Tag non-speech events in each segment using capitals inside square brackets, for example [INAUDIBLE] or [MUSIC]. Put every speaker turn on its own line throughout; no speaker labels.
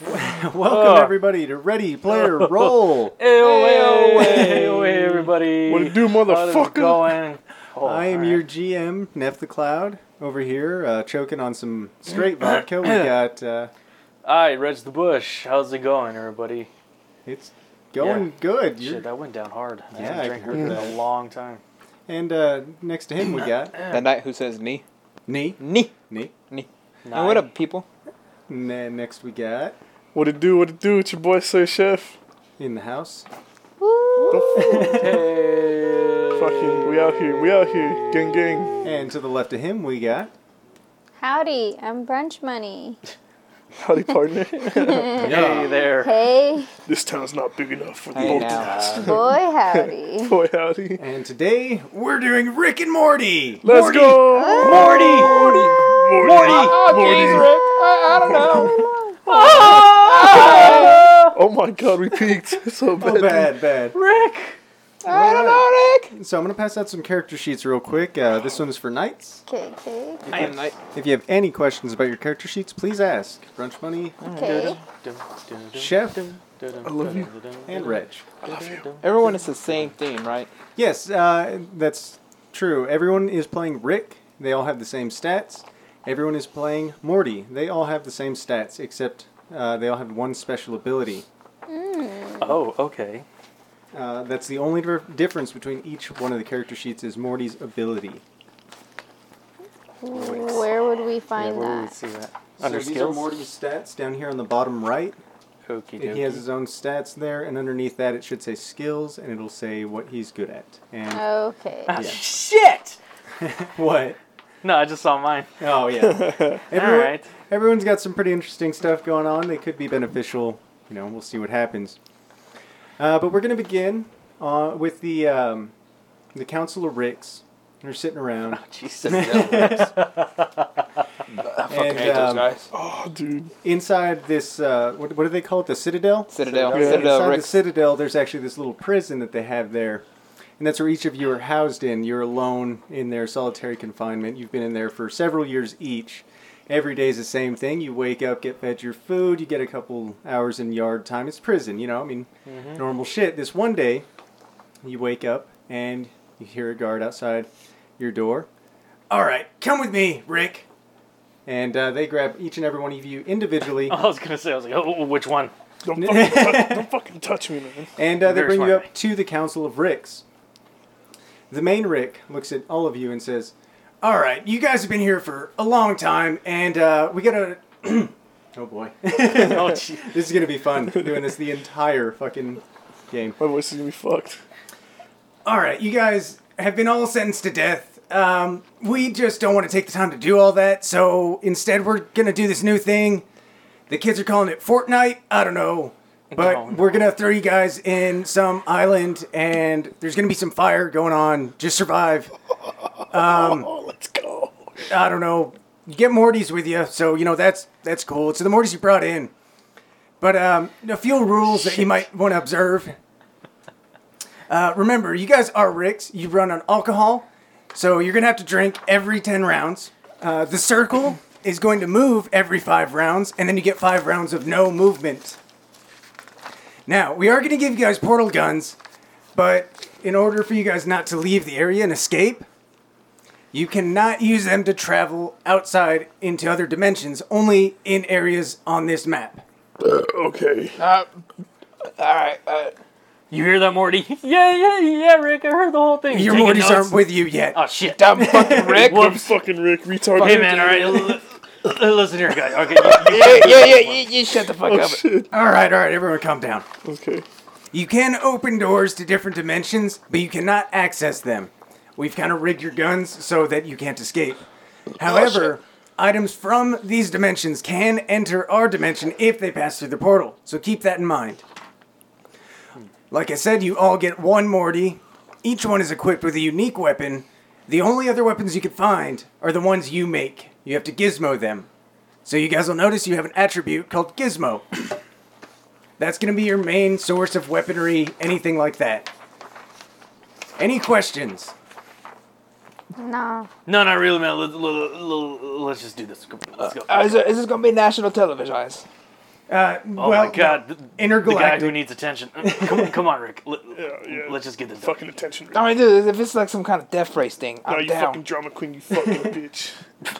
Welcome
Ah.
everybody to Ready Player Roll.
Ayo, ayo, ayo, hey, everybody.
What it do,
How's it
motherfucker?
going? Oh,
I am
alright.
your GM, Neff the Cloud, over here uh, choking on some straight vodka. We got uh,
Hi, Reds the Bush. How's it going, everybody?
it's going
Yeah.
good. You're-
Shit, that went down hard.
Yeah,
I
I
haven't drank
heard
in a
that.
long time.
And uh, next to him we got
That night who says knee?
Nee.
Knee.
Nee.
And what up, people?
And then next we got
What it do? What it do? It's your boy Say Chef.
in the house.
The
Nine. Hey.
f- fucking, we out here. We out here. Gang, gang.
And to the left of him we got
Howdy, I'm Brunch Money.
Howdy, partner. [LAUGHS]
Hey there.
Hey,
this town's not big enough for the
Hey
both of
now.
us.
boy,
[LAUGHS]
howdy.
Boy, howdy.
And today we're doing Rick and Morty.
Let's go,
Morty!
Morty. Morty.
Ah, I, don't know.
[LAUGHS] Oh my God, we peaked [LAUGHS] so bad.
Oh, [LAUGHS] bad, bad.
Rick!
I don't know, Nick.
So I'm gonna pass out some character sheets real quick. Uh, this one's for knights.
Okay, okay,
I am night.
If you have any questions about your character sheets, please ask. Brunch Money,
okay.
Chef,
I
love you.
and Reg.
Everyone is the same theme, right?
Yes, uh, that's true. Everyone is playing Rick. They all have the same stats. Everyone is playing Morty. They all have the same stats, except uh, they all have one special ability.
Oh, okay.
Uh, that's the only dif- difference between each one of the character sheets is Morty's ability.
Where would we
Yeah,
find
where would we
that?
see that?
So
Under
these are
skills?
Morty's stats down here on the bottom right.
Okie
He has
dokie.
his own stats there, and underneath that it should say skills, and it'll say what he's good at. And
Uh, Okay.
Ah.
yeah.
Shit!
what?
No, I just saw mine.
Oh yeah. Everyone,
Alright.
Everyone's got some pretty interesting stuff going on. They could be beneficial. You know, we'll see what happens. Uh, but we're going to begin uh, with the um, the Council of Ricks. They're sitting around,
Jesus.
[LAUGHS]
and
hate those
um,
guys.
Oh, dude.
inside this, uh, what, what do they call it? The Citadel.
Citadel.
Yeah.
Citadel
Inside the
Ricks.
Citadel, there's actually this little prison that they have there, and that's where each of you are housed in. You're alone in their solitary confinement. You've been in there for several years each. Every day's the same thing. You wake up, get fed your food, you get a couple hours in yard time. It's prison, you know. I mean, normal shit. This one day, you wake up and you hear a guard outside your door. All right, come with me, Rick. And uh, they grab each and every one of you individually.
[LAUGHS] I was gonna say, I was like, oh, which one?
Don't fucking, touch, don't fucking touch me, man.
And uh, they
Very
bring you
smartly.
up to the Council of Ricks. The main Rick looks at all of you and says, All right, you guys have been here for a long time, and uh, we gotta. [CLEARS THROAT] oh boy. [LAUGHS] this
Oh, gee.
is gonna be [LAUGHS] fun doing this the entire fucking game.
My voice is gonna be fucked.
All right, you guys have been all sentenced to death. Um, we just don't want to take the time to do all that, so instead we're gonna do this new thing. The kids are calling it Fortnite. I don't know, but
No, no.
we're gonna throw you guys in some island, and there's gonna be some fire going on. Just survive.
Um.
Oh, let's go.
I don't know. Get Morty's with you, so you know that's that's cool. It's the Morty's you brought in, but um, a few rules that you might want to observe. Uh, remember, you guys are Ricks. You run on alcohol, so you're gonna have to drink every ten rounds. Uh, the circle is going to move every five rounds, and then you get five rounds of no movement. Now we are gonna give you guys portal guns, but in order for you guys not to leave the area and escape, you cannot use them to travel outside into other dimensions, only in areas on this map.
Okay.
Uh, All right. Uh,
You hear that, Morty? [LAUGHS] yeah, yeah, yeah, Rick. I heard the whole thing.
Your
Taking
Mortys
notes.
aren't with you yet.
Oh shit.
[LAUGHS]
dumb fucking Rick.
I'm fucking Rick, retarded.
Hey man, all
[LAUGHS]
right. [LAUGHS] l- l- Listen here, guys. [LAUGHS] Okay. you- you-
yeah, yeah, yeah. You, you shut the fuck
Oh
up.
shit.
all right, all right, everyone calm down.
Okay.
You can open doors to different dimensions, but you cannot access them. We've kind of rigged your guns so that you can't escape. However, items from these dimensions can enter our dimension if they pass through the portal, so keep that in mind. Like I said, you all get one Morty. Each one is equipped with a unique weapon. The only other weapons you can find are the ones you make. You have to gizmo them. So you guys will notice you have an attribute called gizmo. That's going to be your main source of weaponry, anything like that. Any questions?
No.
No, not really, man. Let, let, let, let's just do this. Come on, Let's go.
Uh, is, it- is this gonna be national television?
Uh,
Oh
well,
my god. The, The guy
intergalactic.
who needs attention. Uh, come, on, come on, Rick. [LAUGHS] Let,
yeah.
us just get this done.
Fucking attention.
I mean, dude, if it's like some kind of death race thing,
No,
I'm
you
down.
fucking drama queen,
[LAUGHS]
you fucking bitch.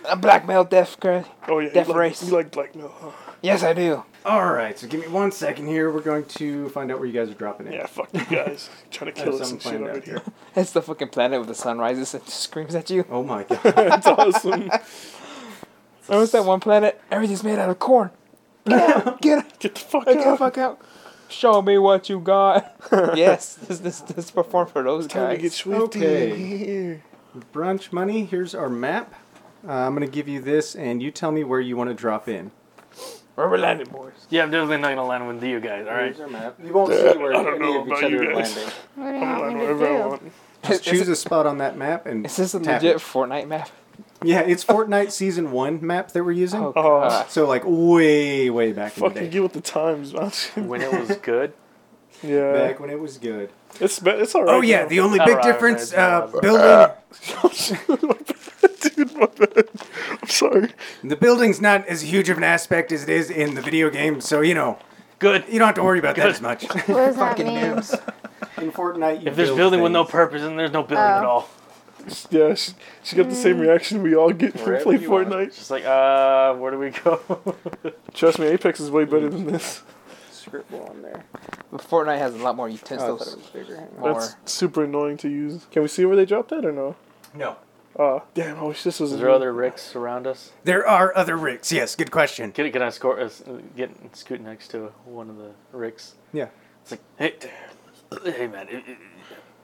A blackmail death girl.
Oh yeah,
Death
you
race.
Like, you like blackmail, huh?
Yes, I do.
All right, so give me one second here. We're going to find out where you guys are dropping in.
Yeah, fuck you
[LAUGHS]
guys. Trying to kill us
something
and shit
planned
over
out.
here.
It's the fucking planet with the sun rises and [LAUGHS] screams at you.
Oh my
[LAUGHS]
god.
That's awesome.
Remember that one planet? Everything's made out of corn. Get out!
Get the fuck
Get the
out.
fuck out! Show me what you
[LAUGHS]
got. yes, this this this perform for those
Time to get
guys.
swifty
Okay.
in here.
Brunch money. Here's our map. Uh, I'm gonna give you this, and you tell me where you want to drop in.
Where we landing, boys?
Yeah, I'm definitely not gonna land with you guys, [LAUGHS] alright?
our map. You won't see where
[LAUGHS] I don't any know of each about you other are guys. landing.
What do you
I'm
want
lying
me to
wherever I
do?
want.
Just
Is- is
choose a spot on that map and.
Is this a
tap
legit
it.
Fortnite map?
[LAUGHS] Yeah, it's Fortnite Season One map that we're using.
Oh, God.
So like way, way back in the
Fucking
day,
get with the times, man. [LAUGHS]
When it was good.
yeah.
back when it was good.
It's, be- it's alright.
Oh yeah,
[LAUGHS]
the only
All
big
right,
difference uh,
that's all.
building
Dude, my bad. [LAUGHS] I'm sorry.
the building's not as huge of an aspect as it is in the video game, so you know
[LAUGHS] Good.
you don't have to worry about that as much.
What does that
Fucking
mean?
noobs.
[LAUGHS] In Fortnite, you
If there's building with no purpose, then there's no building at
Oh.
all.
Yeah, she, she got the
Mm.
same reaction we all get from
Wherever
play
you are.
Fortnite.
It's just like, uh, where do we go? [LAUGHS]
Trust me, Apex is way better than this.
scribble on there.
But Fortnite has a lot more
Oh,
utensils.
bigger.
more.
That's super annoying to use. Can we see where they dropped that or no?
No,
Uh, damn, I wish this was.
Is there other Ricks around us?
there are other ricks. Yes, good question.
Can, can I score? Uh, get scoot next to one of the Ricks.
Yeah,
It's like, hey, hey, man, if, if-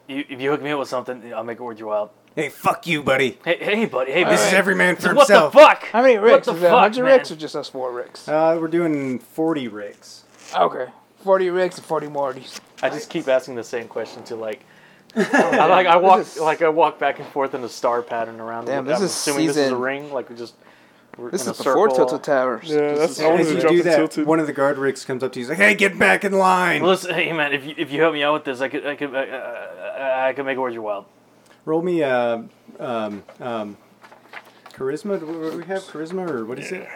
if you hook me up with something, I'll make it worth your while.
hey, fuck you, buddy.
Hey, hey, buddy, hey,
This
buddy.
is every man for
what the
himself.
fuck?
How many
What
ricks?
the
Is that
fuck,
100
man?
ricks or just us four ricks?
Uh, we're doing forty ricks.
okay. 40 ricks and 40 Mortys.
I just keep asking the same question to [LAUGHS] like. I like I walk
is-
like I walk back and forth in a star pattern around.
Damn,
I'm
this is
assuming this is a
season-
ring. Like we just we're
This
in
is
a
before
circle.
Tilted Towers.
Yeah,
This
that's
is-
how I
As
was
you
dropping
do that,
tilted.
one of the guard ricks comes up to you. He's like, "Hey, get back in line."
Listen, hey man, if you if you help me out with this, I could I could uh, uh, I could make it worth your while.
Roll me uh, um, um, charisma. Do we- we have charisma or what is it?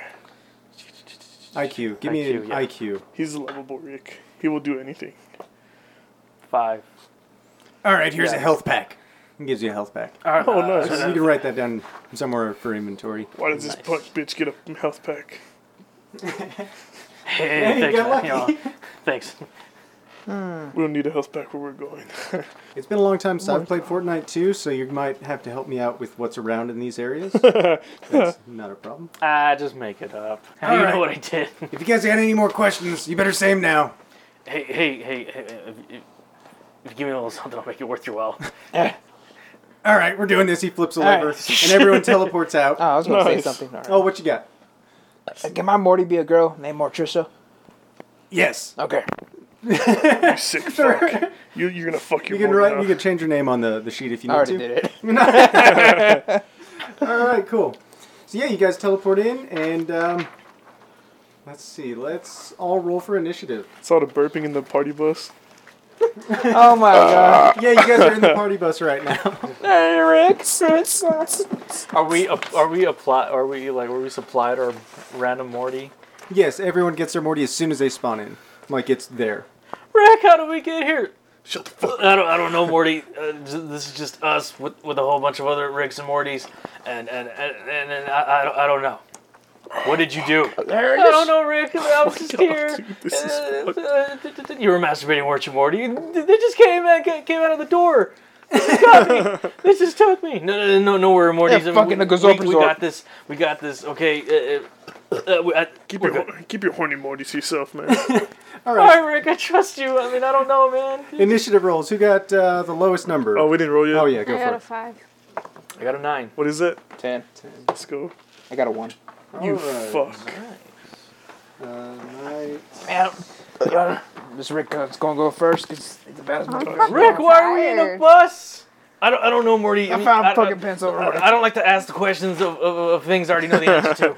IQ. Give me
IQ,
an
yeah.
IQ.
He's a lovable Rick. He will do anything.
Five.
All right, here's a
Yeah.
health pack. It gives you a health pack.
All right,
Oh,
uh,
nice.
So you can write that down somewhere for inventory.
Why does this
Nice.
punk bitch get a health pack?
Hey,
you
[LAUGHS] thanks,
got
man. You
lucky.
know, thanks.
We don't need a health pack where we're going. [LAUGHS]
It's been a long time since I've played Fortnite too, so you might have to help me out with what's around in these areas. That's not a problem.
I Ah, just make it up. How do you
All
know
right.
what I did?
If you guys got any more questions, you better say them now.
hey, hey, hey, hey if, if, if you give me a little [LAUGHS] something, I'll make it worth your while.
All right, we're doing this. He flips a
right.
lever, and everyone teleports out.
Oh, I was going to
Nice.
say something. All
Oh,
right.
what you got?
Can my Morty be a girl named Morticia?
Yes.
Okay.
you sick
[LAUGHS]
fuck. You, you're gonna fuck your
You can
Morty
write.
up.
You can change your name on the, the sheet if you
I
need
already
to.
did it.
All right, cool. So yeah, you guys teleport in, and um, let's see. Let's all roll for initiative.
It's all the burping in the party bus.
[LAUGHS] Oh [LAUGHS] my god.
Yeah, you guys are in the
[LAUGHS]
party bus right now. [LAUGHS]
Hey, Ricks. Ricks.
[LAUGHS] Are we ap- are we apply are we like were we supplied our random Morty?
yes, everyone gets their Morty as soon as they spawn in. Like it's there.
Rick, how do we get here?
Shut the fuck.
I don't I don't know [LAUGHS] Morty. Uh, j- this is just us with, with a whole bunch of other Ricks and Mortys, and and and, and, and I, I don't I don't know. What did you do?
There it
I don't
is.
know, Rick. I was just
God,
here.
dude, this is
Uh, uh, d- d- d- you were masturbating, weren't you, Morty? They just came out, ca- came out of the door. They just got me. They just took me. No, no, no, no worry, Morty.
Yeah, fucking
we,
a gazorp
we, we
resort.
got this. We got this. Okay. Uh, uh, uh, we- uh,
Keep
we're
your,
good.
hor- keep your horny Morty to yourself, man. [LAUGHS]
All
All
right,
right, Rick. I trust you. I mean, I don't know, man.
initiative rolls. Who got uh, the lowest number?
oh, we didn't roll yet?
Oh, yeah,
I
go
got a
for
five.
I got a nine.
What is it?
Ten.
Let's go.
I got a one.
You
Alright.
fuck.
it. Uh, right.
Man, uh, this Rick uh, is going to go first because the baddest motherfucker.
Rick, why are we in a
Tired.
bus? I don't, I don't know, Morty. I,
I
mean,
found
I- I-
fucking pencil.
I, I don't like to ask the questions of, of, of things I already know the answer to.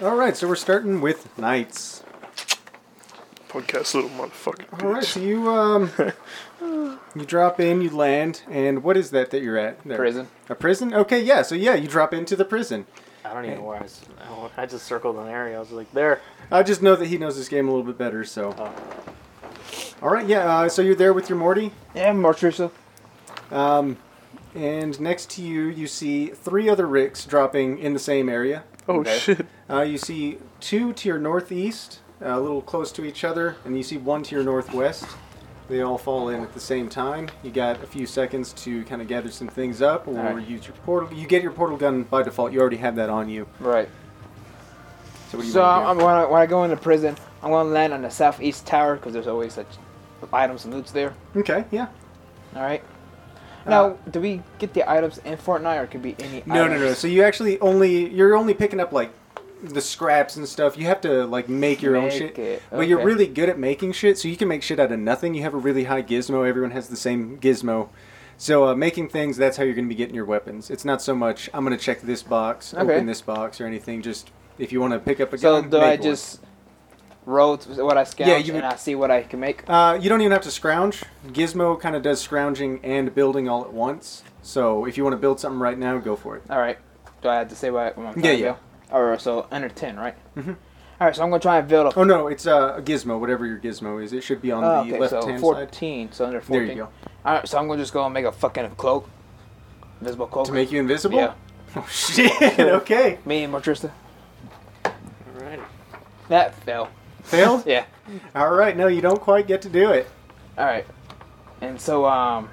All right, so we're starting with knights.
Podcast little motherfucker.
All right,
Bitch.
so you
[LAUGHS]
um, you drop in, you land, and what is that that you're at? There.
Prison.
A prison? Okay, yeah. So yeah, you drop into the prison.
don't even know where I was. [LAUGHS] I just circled an area. I was like, there.
I just know that he knows this game a little bit better, so. All right, yeah, uh, so you're there with your Morty.
Yeah, March yourself.
Um, and next to you, you see three other ricks dropping in the same area.
Oh
Okay.
shit!
Uh, you see two to your northeast, uh, a little close to each other, and you see one to your northwest. They all fall in at the same time. You got a few seconds to kind of gather some things up, or
Alright.
use your portal. You get your portal gun by default. You already have that on you.
Right.
So what do you
So
want
I'm, when, I, when I go into prison, I'm going to land on the southeast tower because there's always such items and loots there.
Okay, yeah.
All right. Now, do we get the items in Fortnite, or it could be any?
Uh, No, no,
items?
no. So you actually only you're only picking up like the scraps and stuff. You have to like make your own
Make
shit.
it,
But you're
okay.
really good at making shit, so you can make shit out of nothing. You have a really high gizmo. Everyone has the same gizmo. So uh, making things, that's how you're going to be getting your weapons. It's not so much I'm going to check this box,
Okay.
open this box, or anything. Just if you want to pick up a
So
gun,
do
make
I
one.
just roll to what I scout
Yeah, you would-
and I see what I can make?
Uh, you don't even have to scrounge. Gizmo kind of does scrounging and building all at once. So if you want to build something right now, go for it.
All right. Do I have to say what, what I'm trying
Yeah,
to
yeah.
build? Or so under ten, right? Mm-hmm. All right. So I'm gonna try and build a.
Oh no, it's uh, a gizmo, whatever your gizmo is. It should be on
Oh,
the
okay,
left
so
hand side.
14. So under 14.
There you go.
All right. So I'm gonna just go and make a fucking cloak, invisible cloak.
To make you invisible?
Yeah.
[LAUGHS] Oh
[LAUGHS]
shit, okay.
Me and Matrista.
Alrighty.
That fell.
Failed?
Yeah.
Alright, no, you don't quite get to do it.
All right. And so um,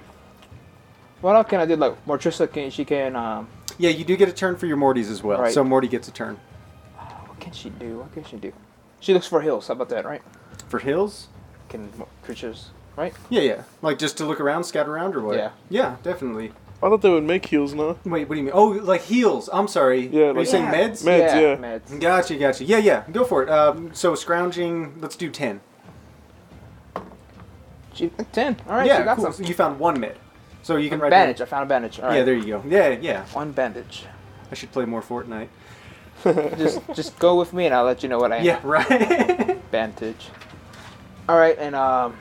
what else can I do? Like Matrista can she can um.
Yeah, you do get a turn for your Mortys as well.
Right.
So Morty gets a turn.
What can she do? What can she do? She looks for hills. How about that, right?
For hills?
Can creatures, right?
Yeah, yeah. Like just to look around, scout around or what?
Yeah.
Yeah, definitely.
I thought they would make heals now.
Wait, what do you mean? Oh, like heals. I'm sorry.
Yeah,
Are you
like-
saying
Yeah.
meds?
Meds, yeah.
meds.
Gotcha, gotcha. Yeah, yeah. Go for it. Um, so scrounging, let's do ten.
She, ten. All right,
yeah,
she got
cool. So
some.
you found one med. So you can write down-
bandage. I found a bandage. All right.
Yeah, there you go. Yeah, yeah. [LAUGHS]
One bandage.
I should play more Fortnite.
just, just go with me, and I'll let you know what I am.
Yeah,
[LAUGHS]
right.
Bandage. All right, and um,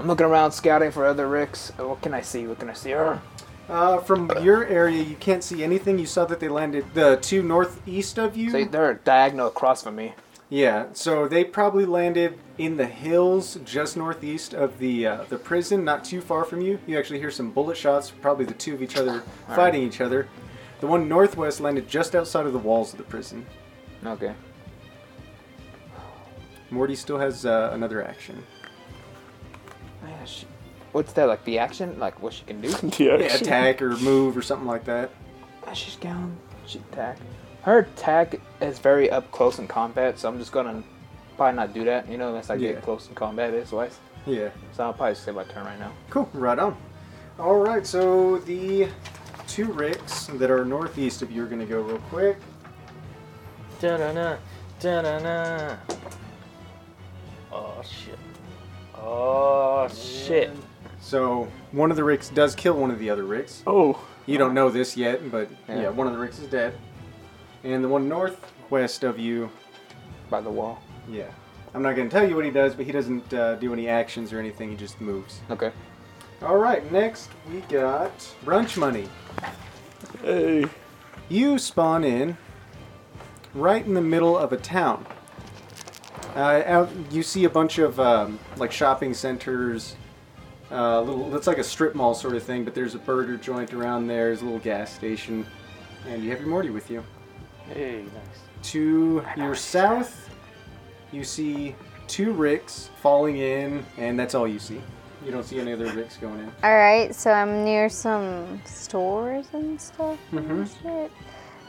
I'm looking around, scouting for other ricks. Uh, What can I see? What can I see? Arr.
Uh, from your area, you can't see anything. You saw that they landed the two northeast of you.
So they're diagonal across from me.
yeah, so they probably landed in the hills just northeast of the uh, the prison, not too far from you. You actually hear some bullet shots, probably the two of each other fighting each other. The one northwest landed just outside of the walls of the prison.
Okay.
Morty still has uh, another action.
Yeah, she, what's that like? The action? Like what she can do?
[LAUGHS] The
Yeah,
action.
attack or move or something like that.
Ah, She's down. She attack. Her attack is very up close in combat, so I'm just gonna probably not do that, you know, unless I
Yeah.
get close in combat is wise.
Yeah.
So I'll probably save my turn right now.
Cool, right on. All right, so the two ricks that are northeast of you are going to go real quick.
Da-da-na, da-da-na. Oh shit. Oh shit.
So one of the ricks does kill one of the other ricks.
Oh,
You don't know this yet, but yeah,
Yeah.
one of the ricks is dead. And the one northwest of you,
By the wall.
yeah. I'm not going to tell you what he does, but he doesn't uh, do any actions or anything. He just moves.
Okay.
All right, next we got Brunch Money.
hey. [LAUGHS]
You spawn in right in the middle of a town. Uh, out, you see a bunch of um, like shopping centers. Uh, little, it's like a strip mall sort of thing, but there's a burger joint around there. There's a little gas station, and you have your Morty with you.
Hey, nice.
To your south, you see two ricks falling in, and that's all you see. You don't see any other ricks going in.
All right, so I'm near some stores and stuff.
Mm-hmm.
And shit.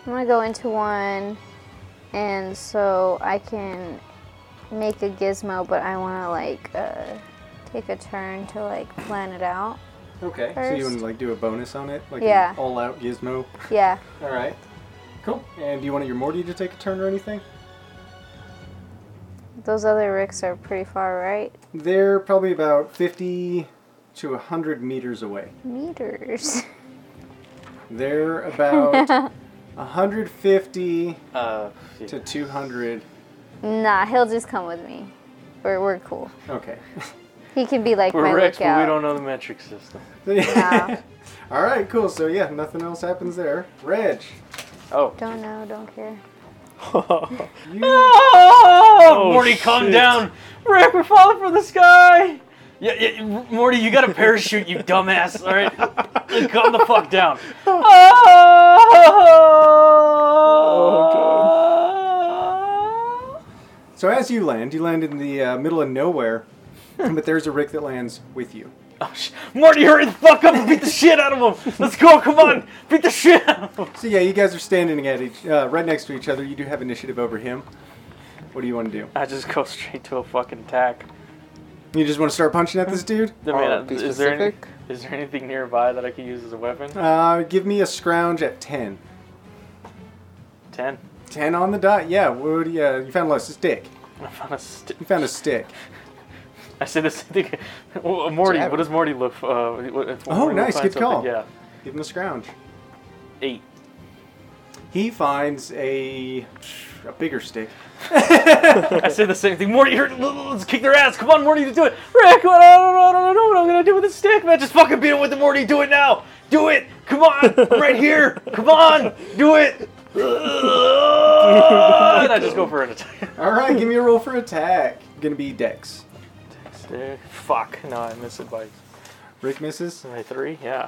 I'm gonna go into one, and so I can make a gizmo, but I want to like uh, take a turn to like plan it out.
Okay. So you
First-
want to like do a bonus on it, like
Yeah.
all out gizmo.
Yeah.
All right. Cool. And do you want your Morty to take a turn or anything?
Those other ricks are pretty far, right?
They're probably about 50 to 100 meters away.
Meters.
They're about 150
Uh, yeah.
to 200.
[LAUGHS] nah, he'll just come with me. We're, we're cool.
Okay. [LAUGHS]
He can be like my
We're Rex, but
lookout.
we don't know the metric system.
All right, cool. So, yeah, nothing else happens there. Reg.
Oh.
Don't know, don't care.
Oh, Morty, calm
shit.
down. Rick, we're falling from the sky. Yeah, yeah, Morty, you got a parachute, you dumbass. All right, calm the fuck down.
So as you land, you land in the uh, middle of nowhere, but there's a Rick that lands with you.
Oh, sh- Morty, hurry the fuck up and beat the shit out of him. Let's go, come on, beat the shit out of him.
So yeah, you guys are standing at each, uh, right next to each other. You do have initiative over him. What do you want to do?
I just go straight to a fucking attack.
You just want to start punching at this dude?
I mean, uh,
Oh, be
is, there any-
specific?
is there anything nearby that I could use as a weapon?
Uh, give me a scrounge at ten.
Ten.
Ten on the dot. Yeah. What do you, uh, you found a stick.
I found a st-
You found a stick.
I said this thing. Well, Morty,
Jab.
what does Morty look? Uh, what, if
Oh,
Morty
nice,
finds
good
something,
call.
Yeah,
Give him a scrounge.
eight.
He finds a a bigger stick.
I said the same thing. Morty, hurt, l- l- let's kick their ass. Come on, Morty, do it. Rick, what- I don't know, I don't know what I'm gonna do with the stick, man. Just fucking beat him with the Morty. Do it now. Do it. Come on, I'm right here. Come on, do it.
Oh
Ah, and I just go for an attack.
All right. give me a roll for attack. Gonna be Dex.
Fuck. No, I missed it by
Rick misses.
by three. Yeah.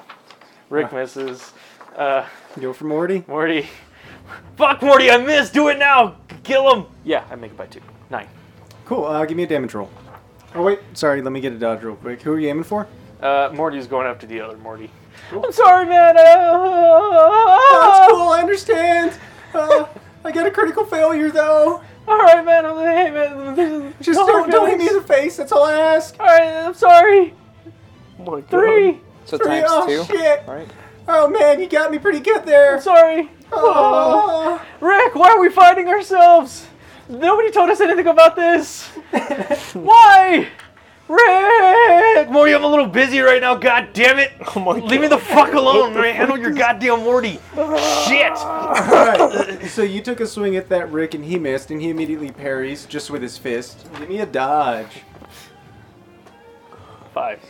Rick misses. Uh,
You Go for Morty.
Morty. Fuck Morty, I missed. Do it now. Kill him. Yeah, I make it by two. Nine.
Cool. Uh, give me a damage roll. Oh wait, sorry. Let me get a dodge real quick. Who are you aiming for?
Uh, Morty's going after the other Morty. I'm sorry, man. Uh,
That's cool. I understand. Uh, I got a critical failure though.
All right, man. I'm, hey, man. this is-
Just
no
don't,
hard
don't hit me
feelings.
in the face. That's all I ask.
All right, I'm sorry.
Oh my God.
Three.
So
Three.
times
Oh
two.
shit.
All right.
Oh man, you got me pretty good
I'm
there.
sorry.
Oh.
Rick, why are we fighting ourselves? Nobody told us anything about this. Why? Rick! Morty, I'm a little busy right now. God damn it.
Oh my
Leave me the fuck alone, man. Handle your goddamn Morty. Shit.
All right. Uh, So you took a swing at that Rick and he missed, and he immediately parries just with his fist. Give me a dodge.
Five.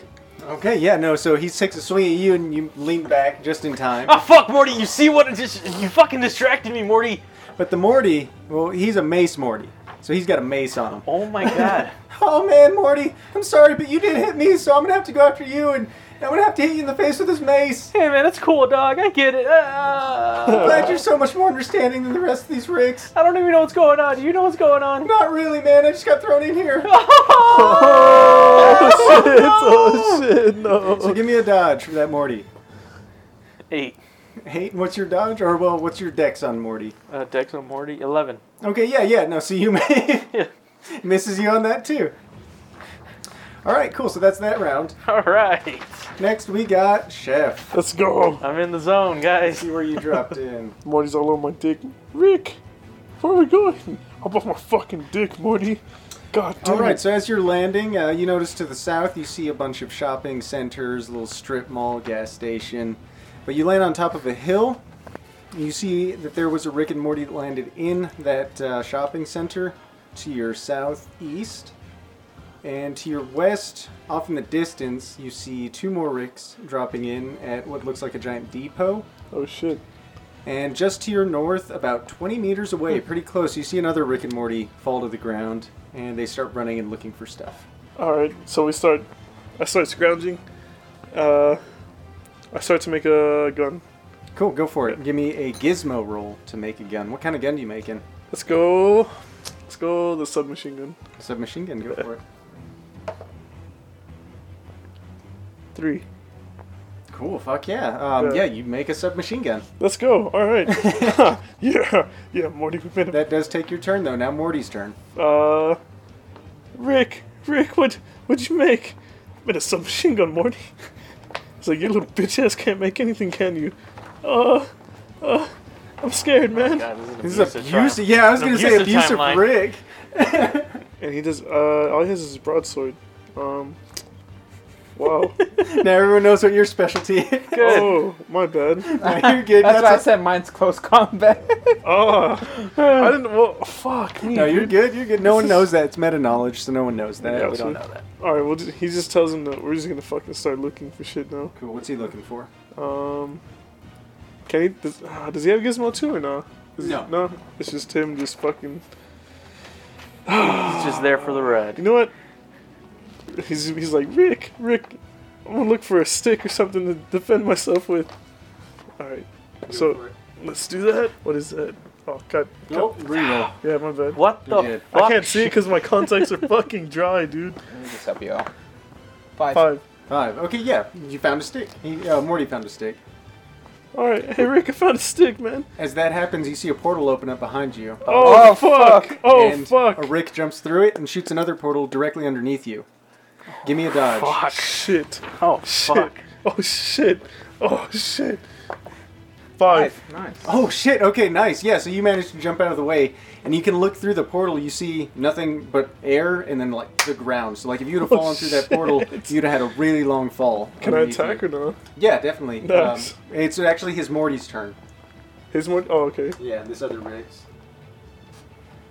Okay, yeah, no. So he takes a swing at you, and you lean back just in time.
Oh, fuck, Morty. You see what? it Just, you fucking distracted me, Morty.
But the Morty, well, he's a mace Morty, so he's got a mace on him.
Oh my god.
Oh man, Morty, I'm sorry, but you did hit me, so I'm gonna have to go after you, and I'm gonna have to hit you in the face with this mace.
hey, man, it's cool, dog. I get it.
I'm
Ah.
glad you're so much more understanding than the rest of these Ricks.
I don't even know what's going on. Do you know what's
[LAUGHS]
going on?
Not really, man. I just got thrown in here.
[LAUGHS] Oh shit! Oh shit!
So
No.
give me a dodge for that Morty.
Eight.
Hey, what's your dodge? Or well, what's your dex on Morty?
Uh, Dex and Morty, 11.
Okay, yeah, yeah. No, see, you may
Yeah.
[LAUGHS] misses you on that too. All right, cool. So that's that round.
[LAUGHS] All right.
Next, we got Chef.
Let's go.
I'm in the zone,
[LAUGHS]
guys.
See where you dropped in.
Morty's all over my dick. Rick, where are we going? How about my fucking dick, Morty? God damn
All right,
it.
so as you're landing, uh, you notice to the south you see a bunch of shopping centers, little strip mall, gas station. But you land on top of a hill. You see that there was a Rick and Morty that landed in that uh, shopping center to your southeast. And to your west, off in the distance, you see two more Ricks dropping in at what looks like a giant depot.
Oh shit.
And just to your north, about 20 meters away, pretty close, you see another Rick and Morty fall to the ground, and they start running and looking for stuff.
All right, so we start. I start scrounging. Uh, I start to make a gun.
Cool, go for it. Give me a gizmo roll to make a gun. What kind of gun are you making?
Let's go. Let's go. The submachine gun.
Submachine gun, go for it.
Three.
Cool, fuck yeah. Um, yeah,
Yeah.
you make a submachine gun.
Let's go. All [LAUGHS] right. yeah. Yeah, Morty, we made it.
That does take your turn, though. Now Morty's turn.
Uh, Rick, Rick, what, what'd you make? I made a submachine gun, Morty. It's like, you little bitch ass can't make anything, can you? Uh, uh, I'm scared, man.
God, this
This
is
is
an abusive
abusive.
trial.
Yeah, I was
An
going to say abusive
abusive timeline.
Rick.
And he does, uh, all he has is his broadsword. Um,
[LAUGHS]
wow.
Now everyone knows what your specialty is.
Good.
Oh, my bad.
[LAUGHS] Now you're good.
That's,
That's
why I
a-
said mine's close combat. [LAUGHS]
Ah, I didn't. Well, fuck me.
no, you're good. You're good. No one knows that. It's meta knowledge, so no one knows that.
Yeah,
we
so-
don't know that.
All right. Well, just, he just tells him that we're just gonna fucking start looking for shit now.
Cool. What's he looking for?
Um, Can he? Does, uh, does he have Gizmo too or no? Is
No.
No. It's just him, just fucking. [SIGHS]
He's just there for the
You
ride.
know what? He's he's like Rick, Rick. I'm gonna look for a stick or something to defend myself with. All right. So let's do that. What is that? Oh God.
Nope. Reroll.
Yeah, my bad.
What the
You're dead.
fuck?
I can't see
[LAUGHS]
it because my contacts are fucking dry, dude.
Let me just help you out. Five.
Five.
Five. Okay, yeah. You found a stick. He, uh, Morty found a stick.
All right. Hey Rick, I found a stick, man.
As that happens, you see a portal open up behind you.
Oh,
Oh,
fuck. Oh
and
fuck.
A Rick jumps through it and shoots another portal directly underneath you. Give me a dodge.
Fuck. Shit.
Oh
Shit.
fuck!
Oh shit. Oh shit. Five.
Five. Nice.
Oh shit, okay, nice. Yeah, so you managed to jump out of the way and you can look through the portal, you see nothing but air and then like the ground. So like if you'd have
Oh,
fallen through that portal,
shit.
you'd have had a really long fall.
Can I
underneath
attack
you.
or no?
Yeah, definitely.
Nice.
Um, it's actually his Morty's turn.
His one oh okay.
Yeah, this other Rick's.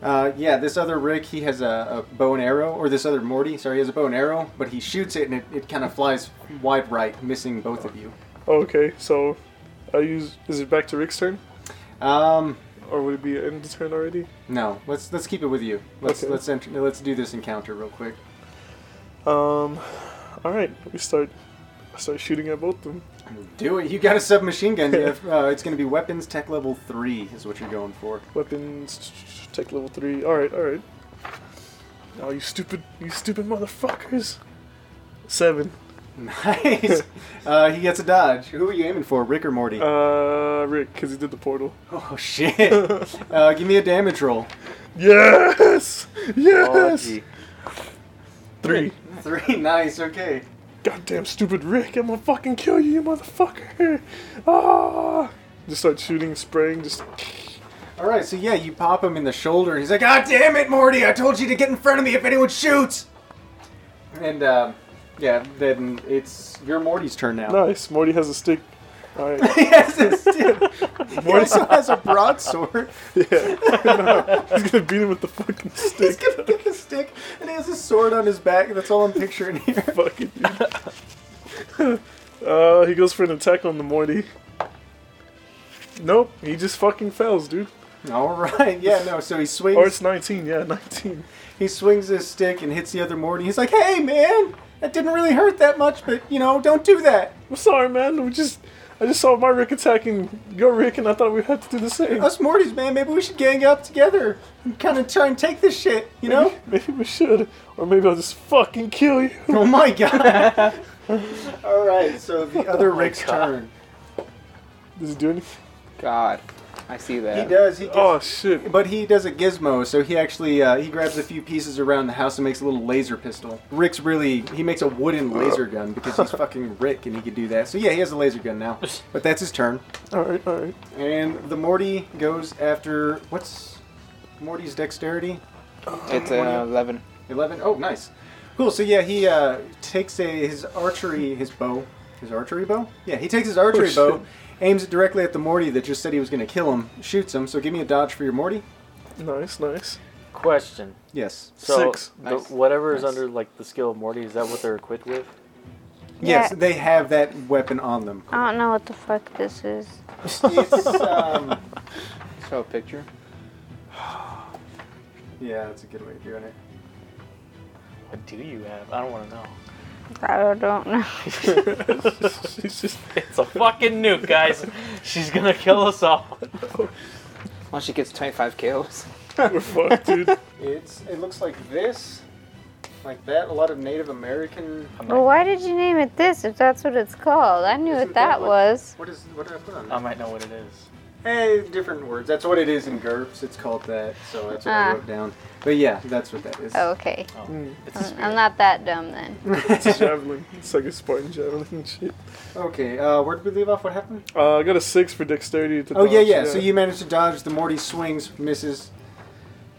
Uh, yeah, this other Rick, he has a, a bow and arrow, or this other Morty, sorry, he has a bow and arrow, but he shoots it and it, it kind of flies wide right, missing both of you.
Oh, Okay, so I use. Is it back to Rick's turn,
Um,
or would it be end of turn already?
no, let's let's keep it with you. Let's
Okay.
let's enter, let's do this encounter real quick.
Um, all right, we start. I start shooting at both of them.
Do it. You got a submachine gun. You have, uh, it's going to be weapons tech level three is what you're going for. [LAUGHS]
Weapons, tech level three. All right, all right. Oh, you stupid, you stupid motherfuckers! Seven.
Nice. uh, he gets a dodge. Who are you aiming for, Rick or Morty?
Uh, Rick, because he did the portal. [LAUGHS]
oh shit. uh, give me a damage roll.
Yes,
Oh,
yes.
gee.
Three.
Three. [LAUGHS] Nice. Okay.
Goddamn stupid Rick! I'm gonna fucking kill you, you motherfucker! Ah! Just start shooting, spraying, just.
All right. So yeah, you pop him in the shoulder. He's like, "God damn it, Morty! I told you to get in front of me if anyone shoots." And um, yeah, then it's your Morty's turn now. [LAUGHS]
Nice. Morty has a stick. All right.
he has a stick. He also has a broadsword.
[LAUGHS] Yeah. [LAUGHS] No, he's gonna beat him with the fucking
He's
stick.
gonna get the stick, and he has a sword on his back. That's all I'm picturing here.
Fucking dude. [LAUGHS] uh, he goes for an attack on the Morty. Nope, he just fucking fails, dude.
All right, yeah, no. So he
Or
swings,
it's 19, yeah, [LAUGHS] 19.
he swings his stick and hits the other Morty. He's like, "Hey, man, that didn't really hurt that much, but you know, don't do that.
I'm sorry, man. We just, I just saw my Rick attacking your Rick, and I thought we had to do the same.
Us Mortys, man, maybe we should gang up together and kind of try and take this shit, you know?"
Maybe we should, or maybe I'll just fucking kill you.
[LAUGHS] oh my god! Oh all right, so [LAUGHS] the other Rick's
God.
turn.
Does he do anything?
[LAUGHS] God. I see
He
that.
does. He gets,
Oh shit!
but he does a gizmo, so he actually uh, he grabs a few pieces around the house and makes a little laser pistol. Rick's really he makes a wooden laser gun because he's fucking Rick and he could do that. So yeah, he has a laser gun now. But that's his turn.
All right, all right.
And the Morty goes after what's Morty's dexterity?
It's uh, eleven.
Eleven. Oh, nice. Cool. So yeah, he uh, takes a his archery his bow, his archery bow. Yeah, he takes his archery
shit.
bow, aims it directly at the Morty that just said he was going to kill him, shoots him. So give me a dodge for your Morty.
Nice, [LAUGHS] nice.
Question.
Yes.
So
Six.
the-
Nice.
whatever is
Nice.
under like the skill of Morty, is that what they're equipped with?
Yes,
Yeah.
they have that weapon on them.
I don't know what the fuck this is.
[LAUGHS] It's um,
Show a picture.
yeah, that's a good way of doing it.
What do you have? I don't want to know. [LAUGHS]
I don't know.
He's just
It's a fucking nuke, guys. She's gonna kill us all.
Once she gets twenty-five kills.
we're fucked, dude.
It's it looks like this, like that. A lot of Native American.
Well, why did you name it this if that's what it's called? I knew
This
what
is
that
what-
was.
What is what did I put on?
I
That?
might know what it is.
Hey, different words. That's what it is in GURPS. It's called that. So that's what I
Ah.
wrote down. But yeah, that's what that is. [LAUGHS]
Okay.
Oh,
Mm.
it's a
I'm-
spear.
I'm not that dumb then.
It's a javelin. It's like a Spartan javelin and shit.
Okay. Uh, where did we leave off? What happened?
Uh, I got a six for dexterity. To
Oh yeah,
dodge,
yeah. So you managed to dodge the Morty swings, misses,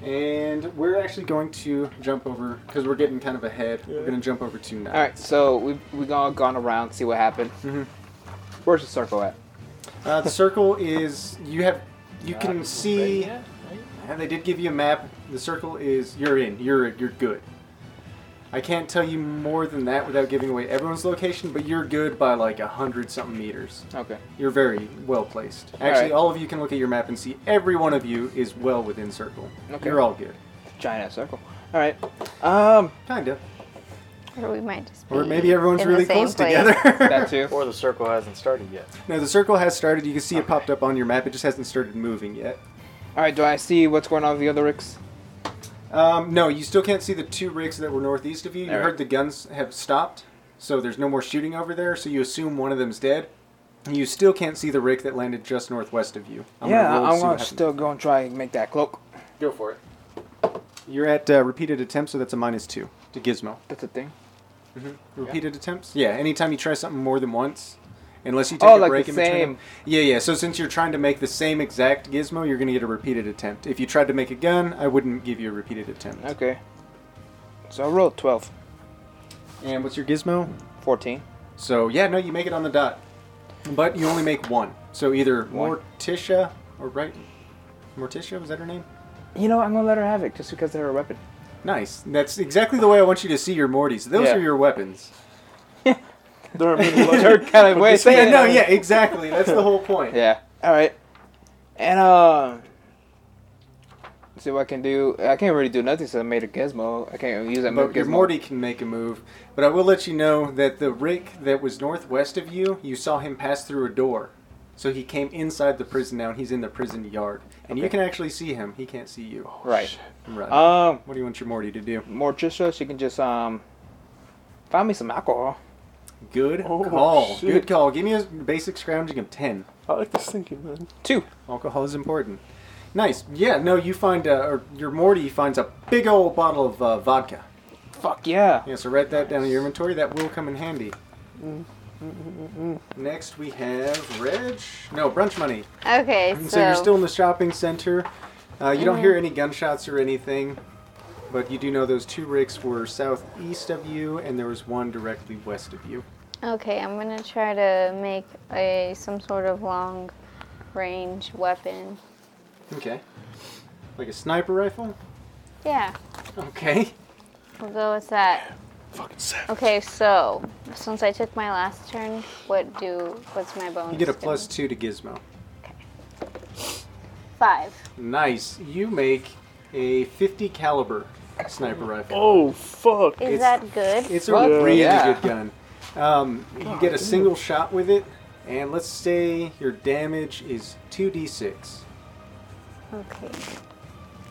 and we're actually going to jump over because we're getting kind of ahead. We're
Yeah.
going to jump over to nine.
All right, so we we all gone around, see what happened.
Mhm.
Where's the circle at?
Uh, the circle is you have you can see and they did give you a map. The circle is you're in. You're you're good. I can't tell you more than that without giving away everyone's location, but you're good by like a hundred something meters.
Okay.
You're very well placed. Actually,
Alright.
all of you can look at your map and see every one of you is well within circle.
Okay.
You're all good.
Giant ass circle. All right. Um, [LAUGHS]
Kinda.
Or we might just be
Or maybe everyone's
in
really
the same
close
place.
together. [LAUGHS]
that too.
Or the circle hasn't started yet.
No, the circle has started. You can see it popped up on your map. It just hasn't started moving yet.
All right. Do I see what's going on with the other Ricks?
Um, no, you still can't see the two rigs that were northeast of you. You
Alright.
heard the guns have stopped, so there's no more shooting over there. So you assume one of them's dead. You still can't see the rig that landed just northwest of you.
yeah,
roll to
I'm
see what
gonna
happens.
still go and try and make that cloak.
Go for it.
You're at uh, repeated attempts, so that's a minus two to Gizmo.
That's a thing.
Repeated attempts? Yeah, anytime you try something more than once. Unless you take a
Oh, like
break
the
in between.
same.
Yeah, yeah. So since you're trying to make the same exact gizmo, you're going to get a repeated attempt. If you tried to make a gun, I wouldn't give you a repeated attempt.
Okay. So I rolled 12,
And what's your gizmo?
14.
So yeah, no, you make it on the dot. But you only make one. So either
One.
Morticia or right Morticia, was that her name?
You know, I'm gonna let her have it just because they're a weapon.
Nice. That's exactly the way I want you to see your Mortys. Those
Yeah.
are your weapons.
There are many
[LAUGHS] Her [LAUGHS]
legends.
kind of way. of
Yeah,
saying
no,
it.
yeah, exactly. That's the whole point.
[LAUGHS] Yeah. All right. And um, see what I can do. I can't really do nothing since I made a gizmo. I can't use that
But
gizmo.
your Morty can make a move. But I will let you know that the Rick that was northwest of you, you saw him pass through a door. So he came inside the prison now, and he's in the prison yard. And you
Okay.
can actually see him. He can't see you.
Right.
Right.
Um,
what do you want your Morty to do?
Morticia, she can just um, find me some alcohol.
Good
Oh,
call.
shit.
Good call. Give me a basic scrounging of 10.
I like this thinking, man.
Two.
Alcohol is important. Nice. Yeah, no, you find, uh, or your Morty finds a big old bottle of uh, vodka.
Fuck yeah.
Yeah, so write that down in your inventory. That will come in handy. Next we have Reg. No, brunch money.
[LAUGHS] Okay,
And [LAUGHS]
so,
so, you're still in the shopping center. Uh, you don't hear any gunshots or anything, but you do know those two ricks were southeast of you, and there was one directly west of you.
okay. I'm gonna try to make a some sort of long range weapon.
Okay. Like a sniper rifle?
Yeah,
Okay.
we'll go with that.
Fucking savage.
Okay, so since I took my last turn, what do what's my bonus?
You get a
gonna-
plus two to Gizmo.
five.
Nice. You make a 50 caliber sniper rifle.
Oh, fuck.
Is
It's-
that good?
It's a
Fuck
really
yeah.
good gun. Um, you get a single shot with it, and let's say your damage is 2d6.
okay.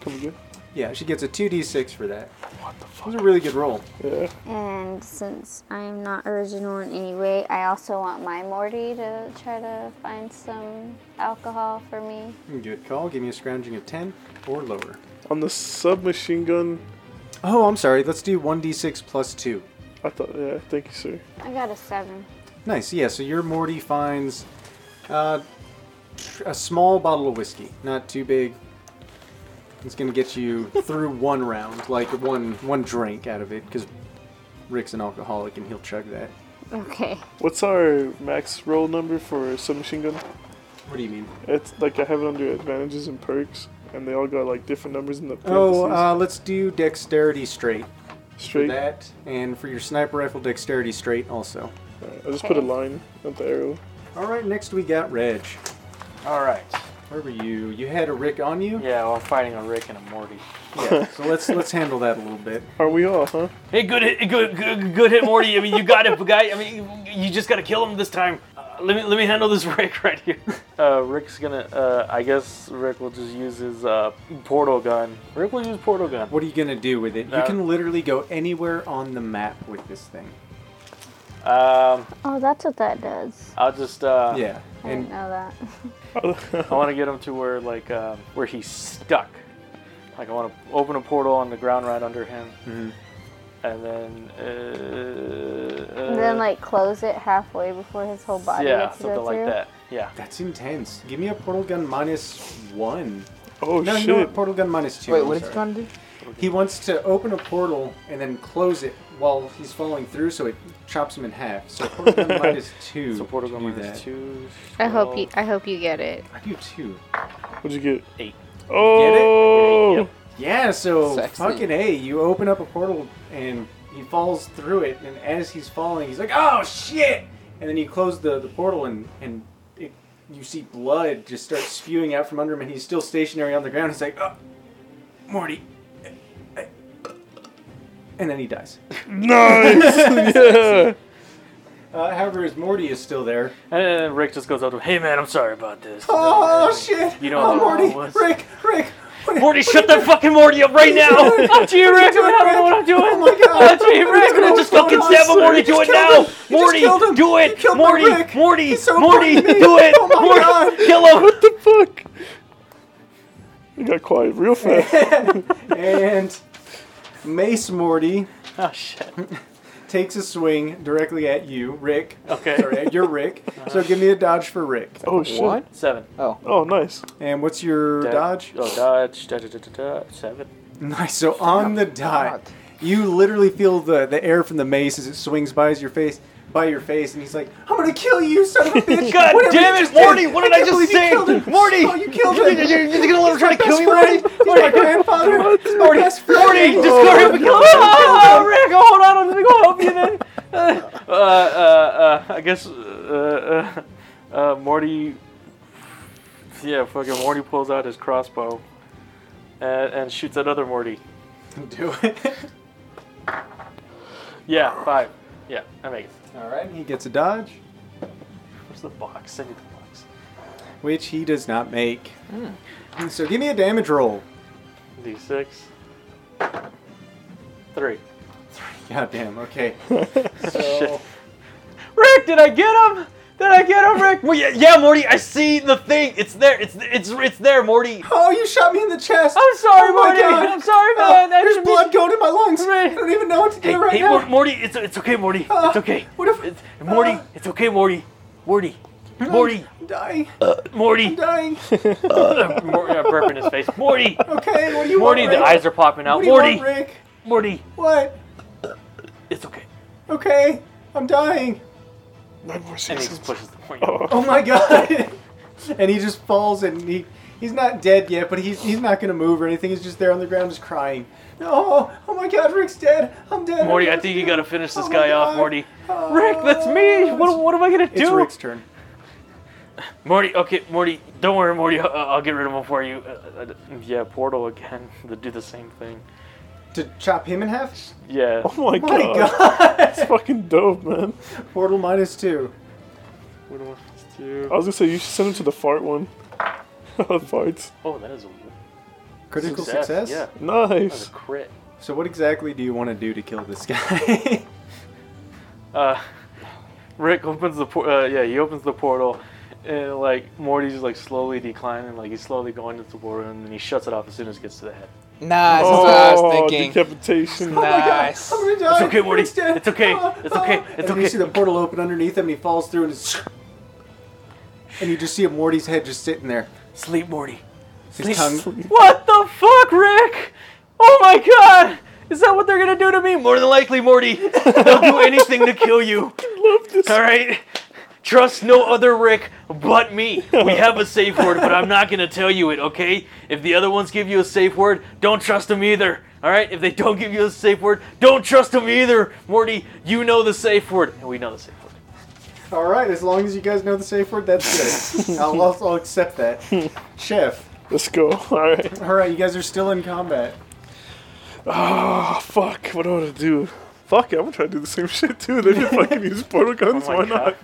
Come again?
Yeah, she gets a 2d6 for that. What the fuck? That was a really good roll.
Yeah.
And since I'm not original in any way, I also want my Morty to try to find some alcohol for me.
Good call. Give me a scrounging of 10 or lower.
On the submachine gun.
Oh, I'm sorry. Let's do 1d6 plus 2.
I thought, yeah, thank you, sir.
I got a seven.
Nice. Yeah, so your Morty finds uh, tr- a small bottle of whiskey. Not too big. It's going to get you [LAUGHS] through one round, like one one drink out of it, because Rick's an alcoholic and he'll chug that.
Okay.
What's our max roll number for submachine gun?
What do you mean?
It's like I have it under advantages and perks, and they all got like different numbers in the parentheses.
Oh, uh, let's do dexterity straight. For
Straight.
that, and for your sniper rifle, dexterity straight also.
Alright, I just put a
Okay.
line at the arrow.
All right, next we got Reg.
All right.
Where were you? You had a Rick on you.
Yeah, well, I'm fighting a Rick and a Morty.
Yeah, so let's let's handle that a little bit.
Are we all, huh?
Hey, good hit, good, good, good hit, Morty. I mean, you got it, guy. I mean, you just gotta kill him this time. Uh, let me, let me handle this [LAUGHS] Rick right here. Uh, Rick's gonna. Uh, I guess Rick will just use his uh, portal gun. Rick will use portal gun.
What are you gonna do with it? You
Uh,
can literally go anywhere on the map with this thing.
Um,
Oh, that's what that does.
I'll just. Uh,
Yeah,
Oh,
I didn't
and
know that.
I want to get him to where like um, where he's stuck. Like I want to open a portal on the ground right under him, and then. Uh,
and
uh,
then like close it halfway before his whole body
yeah,
gets to go
something like
through.
that. Yeah.
that's intense. Give me a portal gun minus one.
Oh
No,
shit.
no, portal gun minus two.
Wait,
I'm
what did you
sorry.
trying to do?
He wants to open a portal and then close it while he's falling through, so it chops him in half. So portal
[LAUGHS]
gun minus two.
So portal gun
to do
minus
that.
two.
I hope
12.
you. I hope you get it.
I do two.
What'd you get?
Eight.
Oh!
Yep.
Yeah, Yeah, so
Sexy.
fucking A, you open up a portal and he falls through it, and as he's falling, he's like, oh shit! And then you close the, the portal and, and it, you see blood just start spewing out from under him, and he's still stationary on the ground. He's like, oh, Morty. And then he dies. [LAUGHS]
Nice! yeah!
Uh, however, his Morty is still there.
And then Rick just goes up to him, hey man, I'm sorry about this.
Oh shit!
You know
oh,
what
Morty,
it was.
Rick, Rick. [LAUGHS] What,
Morty,
what are
shut
you
that fucking Morty up right now! [LAUGHS]
doing?
Oh, gee,
What are you
Rick,
doing,
I don't know what I'm
Rick?
doing!
Oh my God.
Oh, gee,
I don't know
Rick, I'm
what's
just
going
fucking
on,
stab him,
sir.
Morty,
You
do
just
it
killed
now!
him. You just
Morty,
killed him.
do
You
it!
killed my
Morty,
Rick.
Morty,
He's so
Morty,
important to me.
do it!
Oh my
Morty,
God.
kill
[LAUGHS]
him!
What the [LAUGHS] fuck? It got quiet
[LAUGHS]
real fast.
And Mace Morty
Oh shit.
takes a swing directly at you, Rick.
Okay.
Sorry, you're
[LAUGHS]
Rick. So give me a dodge for Rick.
Oh shit.
What?
Seven.
Oh,
Oh, nice.
And what's your
Da-
dodge?
Oh, dodge. Da, da, da, da, da, seven.
Nice. So on the
God.
dot, you literally feel the, the air from the mace as it swings by as your face by your face, and he's like, "I'm gonna kill you, son of a
[LAUGHS]
bitch!"
God
Whatever
damn
you
it,
just did.
Morty, what did I
can't
just
believe you
say?
killed him.
Morty!
oh, you killed
You-
him.
you- [LAUGHS] you're gonna let him try to kill me, Morty?
He's my grandfather. He's my
Morty,
best friend.
Morty, just go ahead and kill him. Oh, Rick, oh, hold on, I'm gonna go help you then. Uh, uh, uh, I guess, uh, uh, uh, Morty, yeah, fucking Morty pulls out his crossbow and, and shoots at other Morty.
[LAUGHS] Do it.
Yeah, five. Yeah, I make it.
All right, he gets a dodge,
Where's the box? Send me the box.
which he does not make.
Hmm.
So give me a damage roll.
D6. Three. [LAUGHS]
God damn. Okay.
Shit. Rick, did I get him? Did I get him, Rick? Well, yeah, yeah, Morty, I see the thing. It's there. It's it's it's there, Morty.
Oh, you shot me in the chest.
I'm sorry,
Oh my
Morty.
God.
I'm sorry,
Oh,
man. I
there's
didn't
blood
mean-
going to my lungs. I
Rick.
don't even know what to do
Hey,
right
hey
now.
Mor- Morty, it's it's okay, Morty.
Ah,
It's okay.
what if-
it's, Morty,
ah.
it's okay, Morty. Morty, Morty,
I'm dying. I'm
Morty.
dying.
[LAUGHS] Morty, uh, burp in his face. Morty,
Okay, what do you
Morty,
want? Rick?
the eyes are popping out.
What do you
Morty,
want, Rick?
Morty,
What?
it's okay.
Okay, I'm dying.
Nine more
And he
seasons.
just pushes the
[LAUGHS]
Morty.
Oh,
Oh my god. [LAUGHS] and he just falls and he he's not dead yet, but he's he's not gonna move or anything. He's just there on the ground, just crying. No, oh my god, Rick's dead. I'm dead.
Morty, I think you gotta finish this
Oh my
guy off,
God.
Morty.
Oh,
Rick, that's me. What, what am I gonna do?
It's Rick's turn.
Morty, okay, Morty, don't worry, Morty. I- I'll, I'll get rid of him for you. Uh, uh, yeah, Portal again. [LAUGHS] They do the same thing.
To chop him in
[LAUGHS]
half?
Yeah.
[LAUGHS] oh my,
My
god. That's fucking dope, man.
god. Portal minus two.
What do I supposed
I
to
was gonna say, you should send him to the fart one. [LAUGHS] Farts.
Oh, that is a
Critical
success.
success?
Yeah, that's a
Nice.
crit.
So what exactly do you want to do to kill this guy?
Uh, [LAUGHS] Rick opens the por- uh, yeah, he opens the portal, and like Morty's like slowly declining, like he's slowly going into the portal, and then he shuts it off as soon as it gets to the head.
nice. That's what I
Oh,
was thinking. [LAUGHS]
decapitation.
Nah.
my God,
Nice.
I'm gonna die.
It's okay, Morty.
Rick's dead.
It's okay.
Ah,
It's okay.
ah.
It's
and then
okay.
You see the portal open underneath him, and he falls through, and it's [LAUGHS] and you just see a Morty's head just sitting there.
Sleep, Morty.
His tongue.
What the fuck, Rick? Oh my god! Is that what they're gonna do to me? More than likely, Morty. [LAUGHS] They'll do anything to kill you. Alright? Trust no other Rick but me. We have a safe word, but I'm not gonna tell you it, okay? If the other ones give you a safe word, don't trust them either. Alright? If they don't give you a safe word, don't trust them either. Morty, you know the safe word. And we know the safe word.
All right, as long as you guys know the safe word, that's good. I'll, I'll, I'll accept that. Chef.
Let's go. Alright.
All right, you guys are still in combat.
Oh, fuck. What do I want to do? Fuck, it, I'm gonna try to do the same [LAUGHS] shit too. They just fucking
[LAUGHS]
use portal guns.
Oh my
Why
God.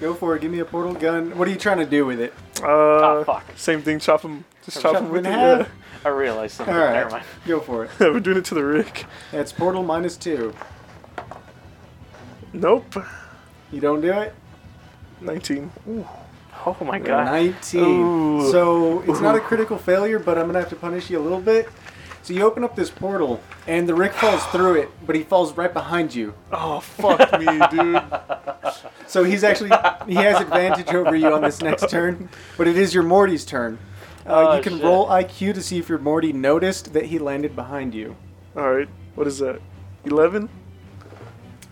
Go for it. Give me a portal gun. What are you trying to do with it?
not? Uh,
Ah, fuck.
Same thing. Chop him. Just chop,
Chop
him
him
with
in
it.
half.
Yeah. [LAUGHS]
I realized something.
All right,
Never mind.
go for it.
We're doing it to the Rick.
That's portal minus two.
Nope.
You don't do it.
19.
Oh my god.
19.
Ooh.
So it's not a critical failure, but I'm going to have to punish you a little bit. So you open up this portal, and the Rick falls through it, but he falls right behind you.
Oh, fuck me,
[LAUGHS]
dude.
So he's actually, he has advantage over you on this next turn, but it is your Morty's turn. Uh,
Oh,
you can
shit.
roll IQ to see if your Morty noticed that he landed behind you.
Alright. What is that? 11?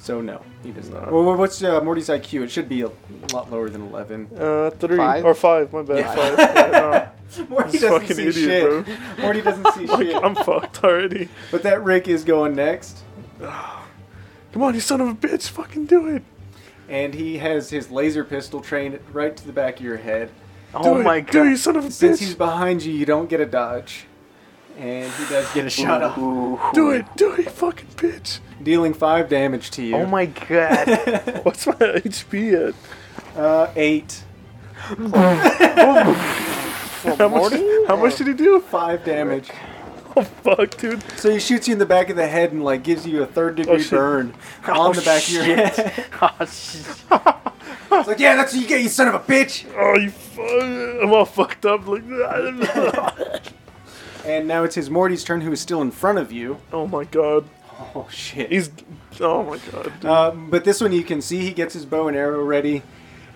So no, he does not.
No.
Well, what's uh, Morty's
[LAUGHS]
IQ? It should be a lot lower than 11.
Uh, 3.
Five?
Or 5. My bad.
Yeah.
[LAUGHS]
5. Yeah, no.
Morty
This
doesn't
fucking
see
idiot,
shit. Morty doesn't see
Like,
shit.
I'm fucked already.
But that Rick is going next,
Come on, you son of a bitch, fucking do it.
and he has his laser pistol trained right to the back of your head.
Do
Oh
it.
my
Do it,
god.
you son of a
Since
bitch.
he's behind you, you don't get a dodge. And he does get a shot off,
Do it, do it, you fucking bitch.
dealing five damage to you.
Oh my god.
What's my HP at?
[LAUGHS] Uh, eight.
How much, how much did he do? [LAUGHS]
Five damage.
Oh, fuck, dude.
So he shoots you in the back of the head and like gives you a third
Oh,
degree
shit.
burn on the back of your head.
Oh, shit.
It's like, yeah, that's what you get, you son of a bitch.
Oh, you fuck. I'm all fucked up. Like, [LAUGHS]
And now it's his Morty's turn, who is still in front of you.
oh my god.
Oh shit.
He's. Oh my god. dude.
Uh, but this one you can see he gets his bow and arrow ready,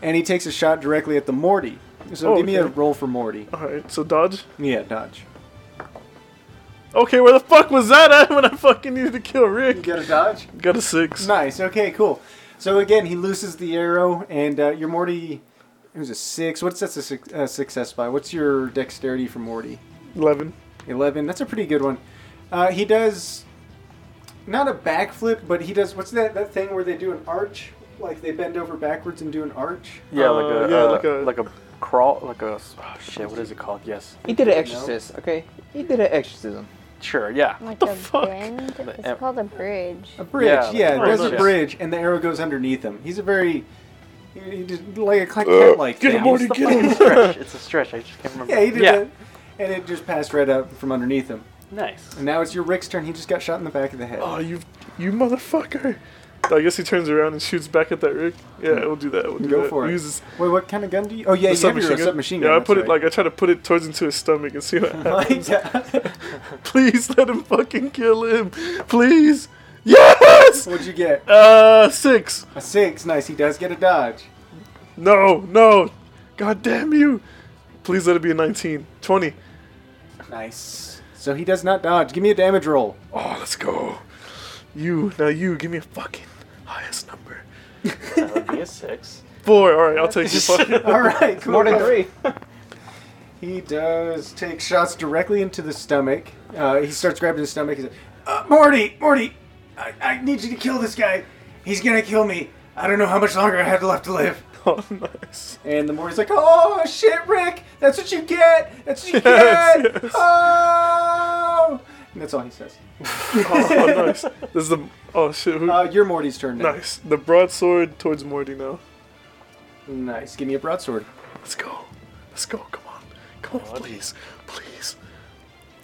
and he takes a shot directly at the Morty. So
Oh,
give me a
okay.
roll for Morty.
Alright, so dodge.
Yeah, dodge.
Okay, where the fuck was that at [LAUGHS] when I fucking needed to kill Rick?
got a dodge?
Got a six.
Nice. Okay, cool. So again, he looses the arrow, and uh, your Morty. It was a six. What's that's a suc- uh, success by? What's your dexterity for Morty?
11.
11. That's a pretty good one. Uh, he does not a backflip, but he does what's that that thing where they do an arch, like they bend over backwards and do an arch.
Yeah, like
Uh,
a,
yeah,
uh, like
like a-
a crawl, like a oh, shit. What is it called? Yes,
[LAUGHS] He did an exorcist, okay? He did an exorcism.
sure, yeah.
Like
the
a
fuck?
bend? It's
em-
called a bridge.
A bridge,
Yeah,
yeah,
like
yeah
a
there's a
bridge.
bridge, and the arrow goes underneath him. He's a very he, he did like a cat like
Uh, Get him, Morty, get him!
Stretch. It's a stretch. I just can't remember.
Yeah, he did
Yeah,
it, and it just passed right up from underneath him.
nice.
And now it's your Rick's turn. He just got shot in the back of the head.
Oh, you, you motherfucker! I guess he turns around and shoots back at that Rick. Yeah, we'll do that. We'll do
Go
that.
for
We'll
it.
use his-
Wait, what kind of gun do you? Oh yeah,
the
you have your uh, submachine gun.
Yeah, I
that's
put it
right.
like I try to put it towards into his stomach and
[LAUGHS]
see what happens.
Like-
[LAUGHS] Please let him fucking kill him. Please. Yes.
What'd you get?
Uh, six.
A six. Nice. He does get a dodge.
No, no. God damn you. Please let it be a 19. 20.
Nice. So he does not dodge. Give me a damage roll.
Oh, let's go. You, now you, give me a fucking highest number.
That would be a six.
Four. All right, I'll take your fucking. [LAUGHS]
All right, cool.
More than [LAUGHS] three.
He does take shots directly into the stomach. Uh, he starts grabbing his stomach. He's like, uh, Morty, Morty,
I, I need you to kill this guy. He's gonna kill me. I don't know how much longer I have left to live.
Oh, nice.
and the Morty's like, "Oh shit, Rick, that's what you get. That's what you
[LAUGHS] Yes,
get."
yes.
Oh, and that's all he says.
Oh, nice. This is the. Oh, shit. Who,
Uh, your Morty's turn now.
nice. The broadsword towards Morty now.
Nice. Give me a broadsword. [LAUGHS]
Let's go. Let's go. Come on. Come on, please. Please.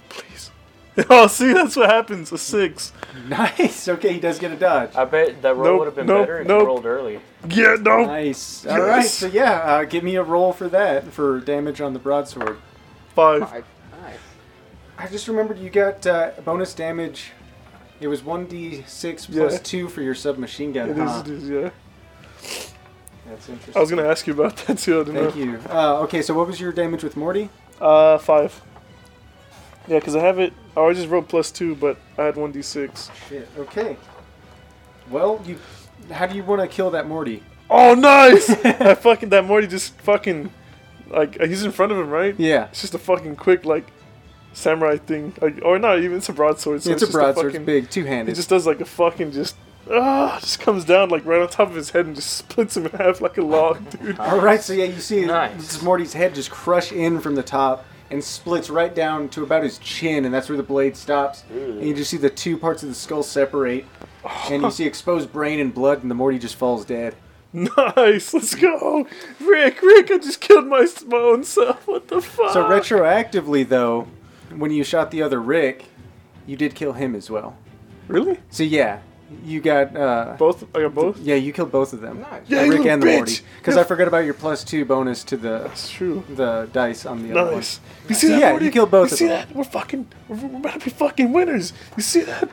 Please. [LAUGHS] Oh, see, that's what happens. A six.
Nice. Okay, he does get a dodge.
I bet that roll
Nope,
would have been
nope,
better if
nope.
you rolled early.
Yeah, no.
Nice. All right. So yeah, uh, give me a roll for that for damage on the broadsword.
Five.
Alright, nice.
I just remembered you got uh, bonus damage. It was 1d6 plus
Yeah.
2 for your submachine
It
gun.
is,
huh?
it is, yeah.
That's
I
interesting.
was going to ask you about that too. I didn't
Thank
know.
you. Uh, okay, so what was your damage with Morty?
Uh, five. Yeah, because I have it. Oh, I just wrote plus two, but I had 1d6.
Shit. Okay. Well, you. How do you want to kill that Morty? [LAUGHS]
Oh, nice! I fucking. That Morty just fucking. Like, uh, he's in front of him, right?
Yeah.
It's just a fucking quick, like, samurai thing. Like, or not even, it's a broadsword. So
it's a
just
broadsword.
fucking-
it's big,
He
two-handed.
just does like a fucking just ah, just comes down like right on top of his head and just [LAUGHS] splits him in half like a log, [LAUGHS] dude.
All right. So yeah, you see
Nice.
this Morty's head just crush in from the top and splits right down to about his chin, and that's where the blade stops. And you just see the two parts of the skull separate, and you see exposed brain and blood, and the Morty just falls dead.
nice, let's go, Rick. Rick, I just killed my, my own self. What the fuck?
So retroactively, though, when you shot the other Rick, you did kill him as well.
really?
So yeah, you got uh,
Both? I got both.
yeah, you killed both of them,
Nice.
Yeah, you
Rick
little
and the
bitch.
Morty, because I forgot about your plus two bonus to the
That's true.
the dice on the other one.
Nice. You see that?
Yeah, you
Morty?
killed both
You
of
see
them.
that? We're fucking. We're, we're about to be fucking winners. You see that?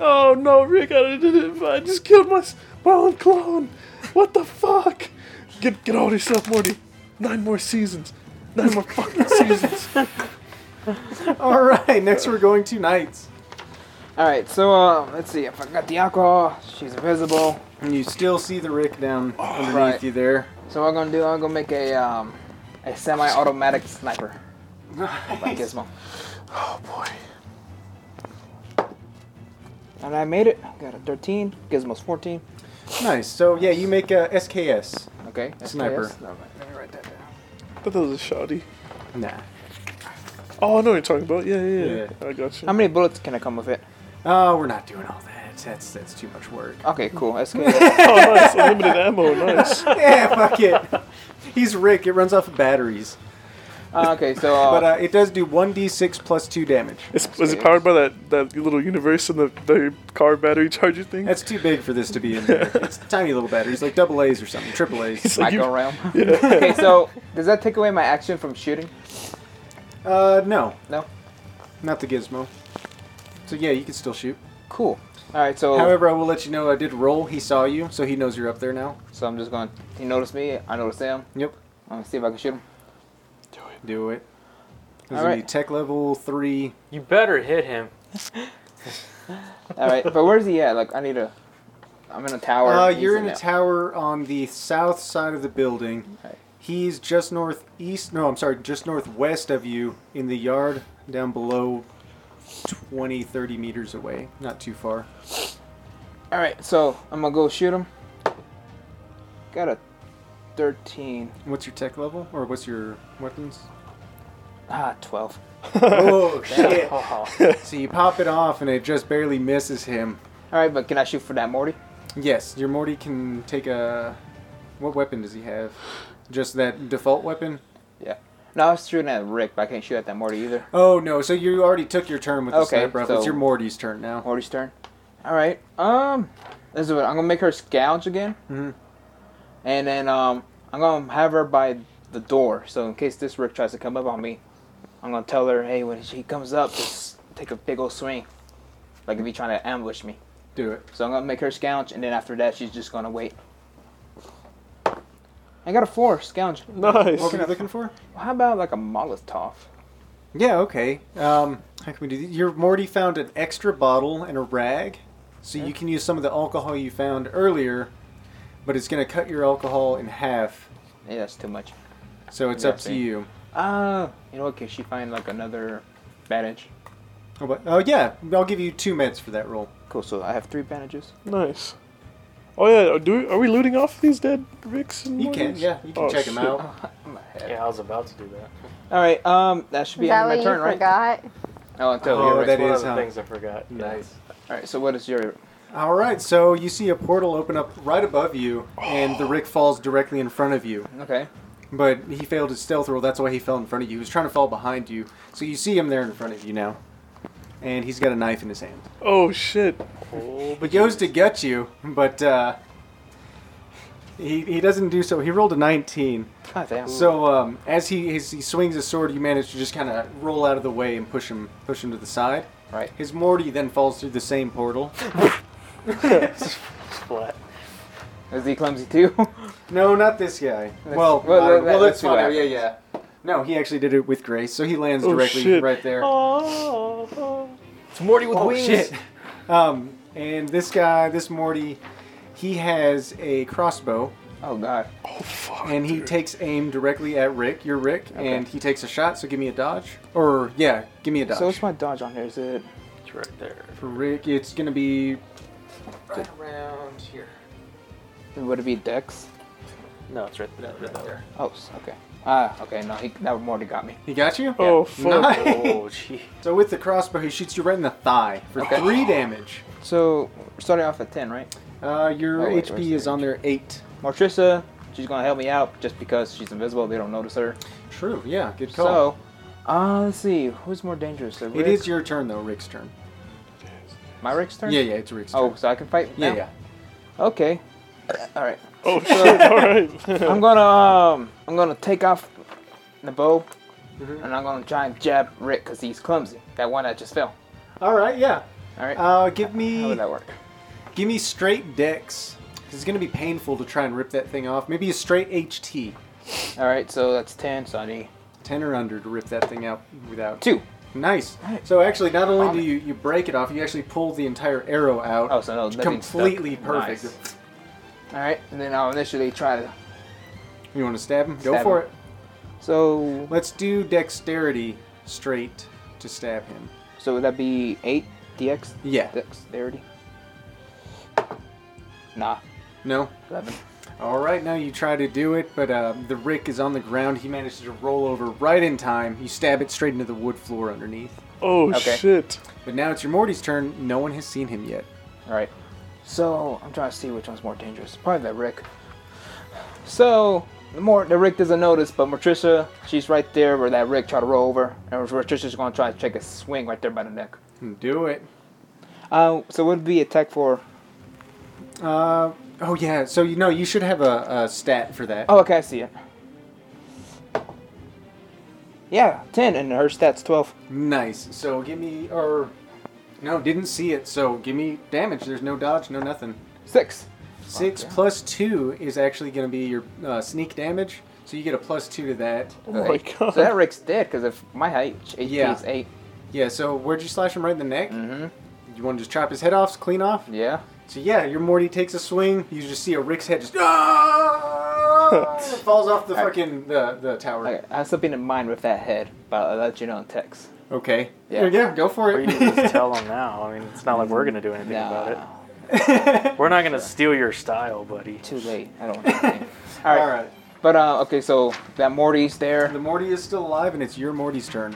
Oh no, Rick! I did it. I just killed my s- my own clone. What the fuck? Get get out of yourself, Morty. Nine more seasons. Nine more
[LAUGHS]
fucking seasons.
Oh, All right, next we're going to knights.
Alright, so, uh, let's see. I forgot the alcohol. She's invisible.
And you still see the Rick down underneath
right.
you there.
So what I'm gonna do, I'm gonna make a, um, a semi-automatic sniper. my gizmo. Oh boy. And I made it. Got a 13. Gizmo's 14.
Nice. So yeah, you make a SKS.
Okay. SKS.
Sniper.
Alright, let me write that down.
But that was a shoddy.
Nah.
Oh, I know what you're talking about. Yeah, yeah, yeah.
Yeah.
I got you.
How many bullets can I come with it?
Oh, we're not doing all that. That's that's too much work. [LAUGHS]
Okay, cool. SKS.
oh, nice. Unlimited ammo. Nice.
yeah, fuck it. He's Rick. It runs off of batteries,
uh, okay, so uh,
but uh, it does do one d6 plus two damage.
It's, was it powered by that, that little universe and the, the car battery charger thing?
That's too big for this to be in there. It's tiny little batteries, like double A's or something, triple A's.
It's like you-
[LAUGHS]
micro realm. okay, so does that take away my action from shooting?
Uh, no,
No.
not the gizmo. So yeah, you can still shoot.
Cool. All right, so
However, I will let you know I did roll. He saw you, so he knows you're up there now.
so I'm just going. He noticed me. I noticed him.
Yep.
I'm gonna see if I can shoot him.
Do it. This
All
will be
right.
tech level three.
You better hit him.
All right, but where's he at? Like, I need a. I'm in a tower.
Uh,
He's
you're in a
the-
tower on the south side of the building.
Okay.
He's just northeast. No, I'm sorry, just northwest of you in the yard down below 20, 30 meters away. Not too far.
All right, so I'm gonna go shoot him. Got a 13.
What's your tech level? Or what's your
[LAUGHS]
weapons?
Ah, 12.
oh,
[LAUGHS]
shit.
All
[LAUGHS] So you pop it off and it just barely misses him.
right, but can I shoot for that Morty?
Yes, your Morty can take a. What weapon does he have? Just that default weapon?
Yeah. No, I was shooting at Rick, but I can't shoot at that Morty either.
Oh no! So you already took your turn with the
Okay,
sniper rifle. it's
so-
your Morty's turn now.
Morty's turn. All right. Um, this is what I'm gonna make her scourge again,
Mhm.
and then um, I'm gonna have her by the door. So in case this Rick tries to come up on me, I'm gonna tell her, hey, when she comes up, just take a big old swing, like if he's trying to ambush me.
Do it.
So I'm gonna make her scourge, and then after that, she's just gonna wait. I got a four scourge.
What were you
nice.
looking for?
How about like a Molotov?
Yeah. Okay. Um, how can we do this? Your Morty found an extra bottle and a rag, so you can use some of the alcohol you found earlier, but it's gonna cut your alcohol in half.
Yeah, that's too much.
So it's
Yeah, I
up to
see.
you.
Ah, you know what? Can she find like another bandage?
Oh, but, oh yeah, I'll give you two meds for that roll.
Cool. So I have three bandages.
Nice. Oh yeah, are- do we, are we looting off these dead Ricks and
You can.
Mortys?
Yeah, you can
Oh,
check them
shit.
out.
Yeah, I was about to do that.
All right. Um, that should be
Is that
end
what
of
you
my turn, right?
forgot?
Oh, until
Oh,
you're right.
that
That's one
is,
of the
huh?
things I forgot. Nice.
All right. So what is your?
All right. So you see a portal open up right above you, and
Oh.
the Rick falls directly in front of you.
Okay.
But he failed his stealth roll. That's why he fell in front of you. He was trying to fall behind you. So you see him there in front of you now. And he's got a knife in his hand.
Oh shit.
He goes to gut you, but uh, he, he doesn't do so. He rolled a 19.
God damn.
So um, as he as he swings his sword, you manage to just kind of roll out of the way and push him push him to the side.
right.
His Morty then falls through the same portal.
Splat.
Is he clumsy too? [LAUGHS]
No, not this guy.
Let's-
well,
well,
I don't-
let-
well,
let-
let's
let's see
find
what
out. Yeah, yeah. No, he actually did it with grace, so he lands
Oh,
directly
shit.
right there.
Oh. It's Morty with wings.
Um, and this guy, this Morty, he has a crossbow,
oh God.
Oh fuck.
and he
dude.
takes aim directly at Rick. You're Rick, and he takes a shot. So give me a dodge, or yeah, give me a dodge.
So what's my dodge on here? Is it?
It's right there.
For Rick, it's gonna be
Right
around here.
Would it be Dex?
No, it's right there. Right there.
Oh, s- okay. Ah, okay. No, he that Morty got me.
He got you.
Oh fuck.
Nice.
Oh, gee.
So with the crossbow, he shoots you right in the thigh for
Okay.
three damage.
So we're starting off at ten, right?
Uh, your
Oh, wait,
HP
where's the
is on there eight.
Mortrissa, she's gonna help me out just because she's invisible. They don't notice her.
True. Yeah. Good call.
So, uh, let's see. Who's more dangerous?
it is your turn though, Rick's turn.
my Rick's turn.
Yeah, yeah, it's Rick's turn.
Oh, so I can fight.
yeah,
now?
yeah.
Okay. All right.
[LAUGHS]
Oh shit. All right. [LAUGHS]
I'm gonna um, I'm gonna take off the bow,
Mm-hmm.
and I'm gonna try and jab Rick because he's clumsy. That one that just fell.
All right. Yeah.
All right.
Uh, give
How
me
would that work?
Give me straight dex. 'cause It's gonna be painful to try and rip that thing off. Maybe a straight HT,
All right. So that's ten. So I need
ten or under, to rip that thing out without.
two.
Nice.
Nice.
So actually, not only do
Vomit.
you you break it off, you actually pull the entire arrow out.
Oh, so no, that thing's stuck.
completely perfect.
Nice. All right. And then I'll initially try to.
You want to stab him? Go
Stab
for
him.
it.
So,
Let's do dexterity straight to stab him.
so would that be 8 DX?
Yeah.
Dexterity? Nah,
No?
11.
All right, now you try to do it, but uh, the Rick is on the ground. He manages to roll over right in time. You stab it straight into the wood floor underneath.
Oh
Okay.
shit!
But now it's your Morty's turn. No one has seen him yet.
Alright. So, I'm trying to see which one's more dangerous. Probably that Rick. So, the more the Rick doesn't notice, but Matricia, she's right there where that Rick tried to roll over, and Matricia's gonna try to take a swing right there by the neck.
Do it.
Uh, so what would be attack for?
Uh, oh yeah. So you know you should have a, a stat for that.
Oh, okay, I see it. Yeah, 10, and her stat's 12.
Nice. So give me or no, didn't see it. So give me damage. There's no dodge, no nothing.
6.
Six plus two is actually going to be your uh, sneak damage. So you get a plus two to that.
Oh my god!
So that Rick's dead, because if my height, HP
Yeah.
is 8.
Yeah. So where'd you slash him right in the neck? Mm-hmm. You want to just chop his head off, clean off?
Yeah.
So yeah, your Morty takes a swing. You just see a Rick's head
[LAUGHS]
just ah, falls off the
Alright.
fucking the, the tower.
Okay, I have something in mind with that head, but I'll let you know in text.
Okay.
Yeah.
yeah, go for
Or you can
it.
just tell them now. I mean, it's not like we're gonna do anything about
Nah,
it.
[LAUGHS]
We're not gonna steal your style, buddy.
too late. I don't want anything. All right.
All right.
But, uh, okay, so that Morty's there.
The Morty is still alive, and it's your Morty's turn.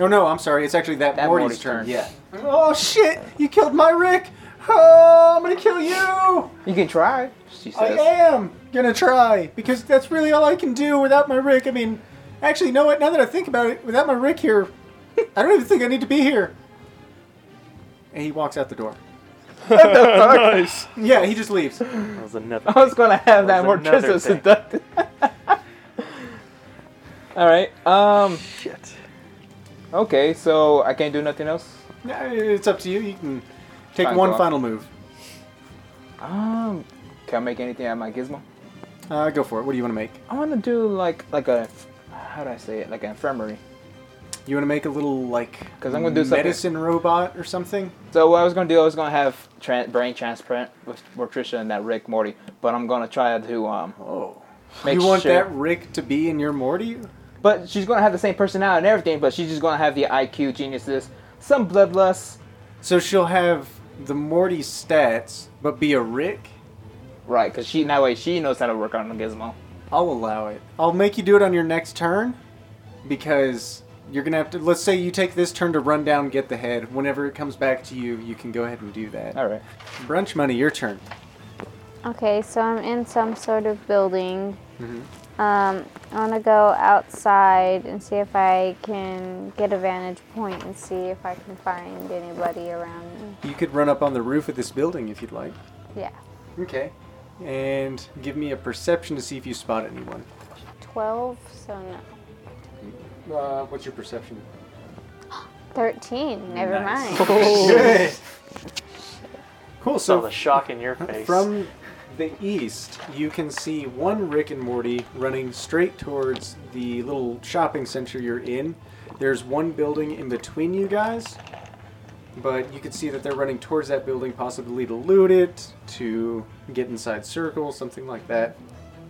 Oh no, I'm sorry. It's actually that,
That
Morty's,
Morty's
turn.
turn.
Yeah. Oh shit! You killed my Rick. Oh, I'm gonna kill you.
You can try, she
I
says.
am gonna try because that's really all I can do without my Rick. I mean, actually, you know what? Now that I think about it, without my Rick here, [LAUGHS] I don't even think I need to be here. And he walks out the door.
[LAUGHS]
[LAUGHS]
nice.
Yeah, he just leaves.
That was another.
I was gonna have that
That was another
Mortrissa
thing.
seducted. [LAUGHS] All right. Um.
Shit.
Okay. So I can't do nothing else.
Nah, It's up to you. You can take
Fine,
one
go.
final move.
Um. Can I make anything out of my gizmo?
Uh, go for it. What do you want to make?
I want to do like like a how do I say it like an infirmary.
You want to make a little like
'Cause I'm gonna do something-
medicine robot or something.
So what I was gonna do, I was gonna have tran brain transplant with Morticia and that Rick Morty, but I'm gonna try to um
Oh.
make
you want
sure.
that Rick to be in your Morty?
But she's gonna have the same personality and everything, but she's just gonna have the IQ geniuses, some bloodlust,
So she'll have the Morty stats, but be a Rick?
right? Because she that way she knows how to work on a gizmo.
I'll allow it. I'll make you do it on your next turn because you're going to have to. Let's say you take this turn to run down, get the head. Whenever it comes back to you, you can go ahead and do that.
All right.
Brunch money, your turn.
Okay, so I'm in some sort of building.
Mm-hmm.
Um, I want to go outside and see if I can get a vantage point and see if I can find anybody around me.
You could run up on the roof of this building if you'd like.
Yeah,
Okay. And give me a perception to see if you spot anyone.
12, so no.
Uh, what's your perception?
13, never mind.
[LAUGHS] Cool.
Saw
So uh,
the shock in your face.
From the east, you can see one Rick and Morty running straight towards the little shopping center you're in. There's one building in between you guys, but you can see that they're running towards that building, possibly to loot it, to get inside circle, something like that.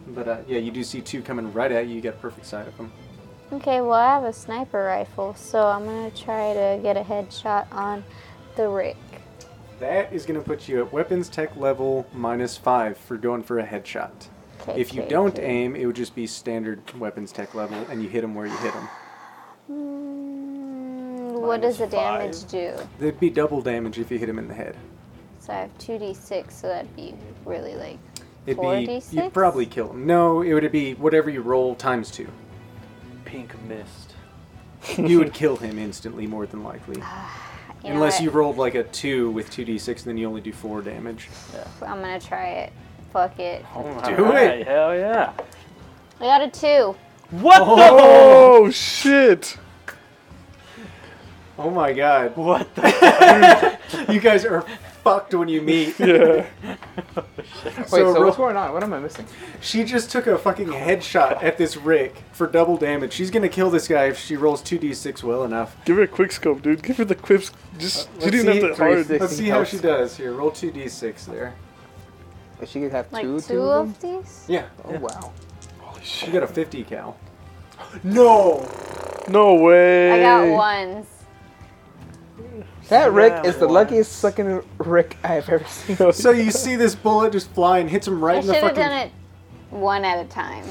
But uh, yeah, you do see two coming right at you. You get perfect sight of them.
Okay, well, I have a sniper rifle, so I'm going to try to get a headshot on the Rick.
That is going to put you at weapons tech level minus five for going for a headshot.
Okay,
If you
okay,
don't
okay.
aim, it would just be standard weapons tech level, and you hit them where you hit them.
Mm, what does the
Minus
damage do?
There'd be double damage if you hit him in the head.
So I have 2d6, so that'd be really like
It'd be
4d6?
you'd probably kill him. No, it would be whatever you roll times two.
pink mist.
You would kill him instantly, more than likely,
You know
unless
what?
you rolled like a two with two d six, and then you only do four damage.
I'm gonna try it. Fuck it.
Do
Alright,
it.
Hell yeah.
I got a two.
What
Oh shit!
Oh my god!
the?
[LAUGHS]
What the?
you guys are fucked when you meet.
Yeah.
Wait.
So
So,
roll-
what's going on? What am I missing?
She just took a fucking headshot at this Rick for double damage. She's gonna kill this guy if she rolls two d six well enough.
Give her a quick scope, dude. Give her the quips. Just she
Uh, let's
didn't
see.
have that hard.
360.
Let's see how she does here. Roll two d six there.
She could have
Like
two,
two,
two of them?
of these?
Yeah,
Oh wow.
she got a fifty cal. No.
No way.
I got ones.
That Rick
Yeah,
is the
boy.
luckiest fucking Rick I have ever [LAUGHS] seen.
So you see this bullet just fly and hits him right
I
in the
should have
fucking.
done it one at a time.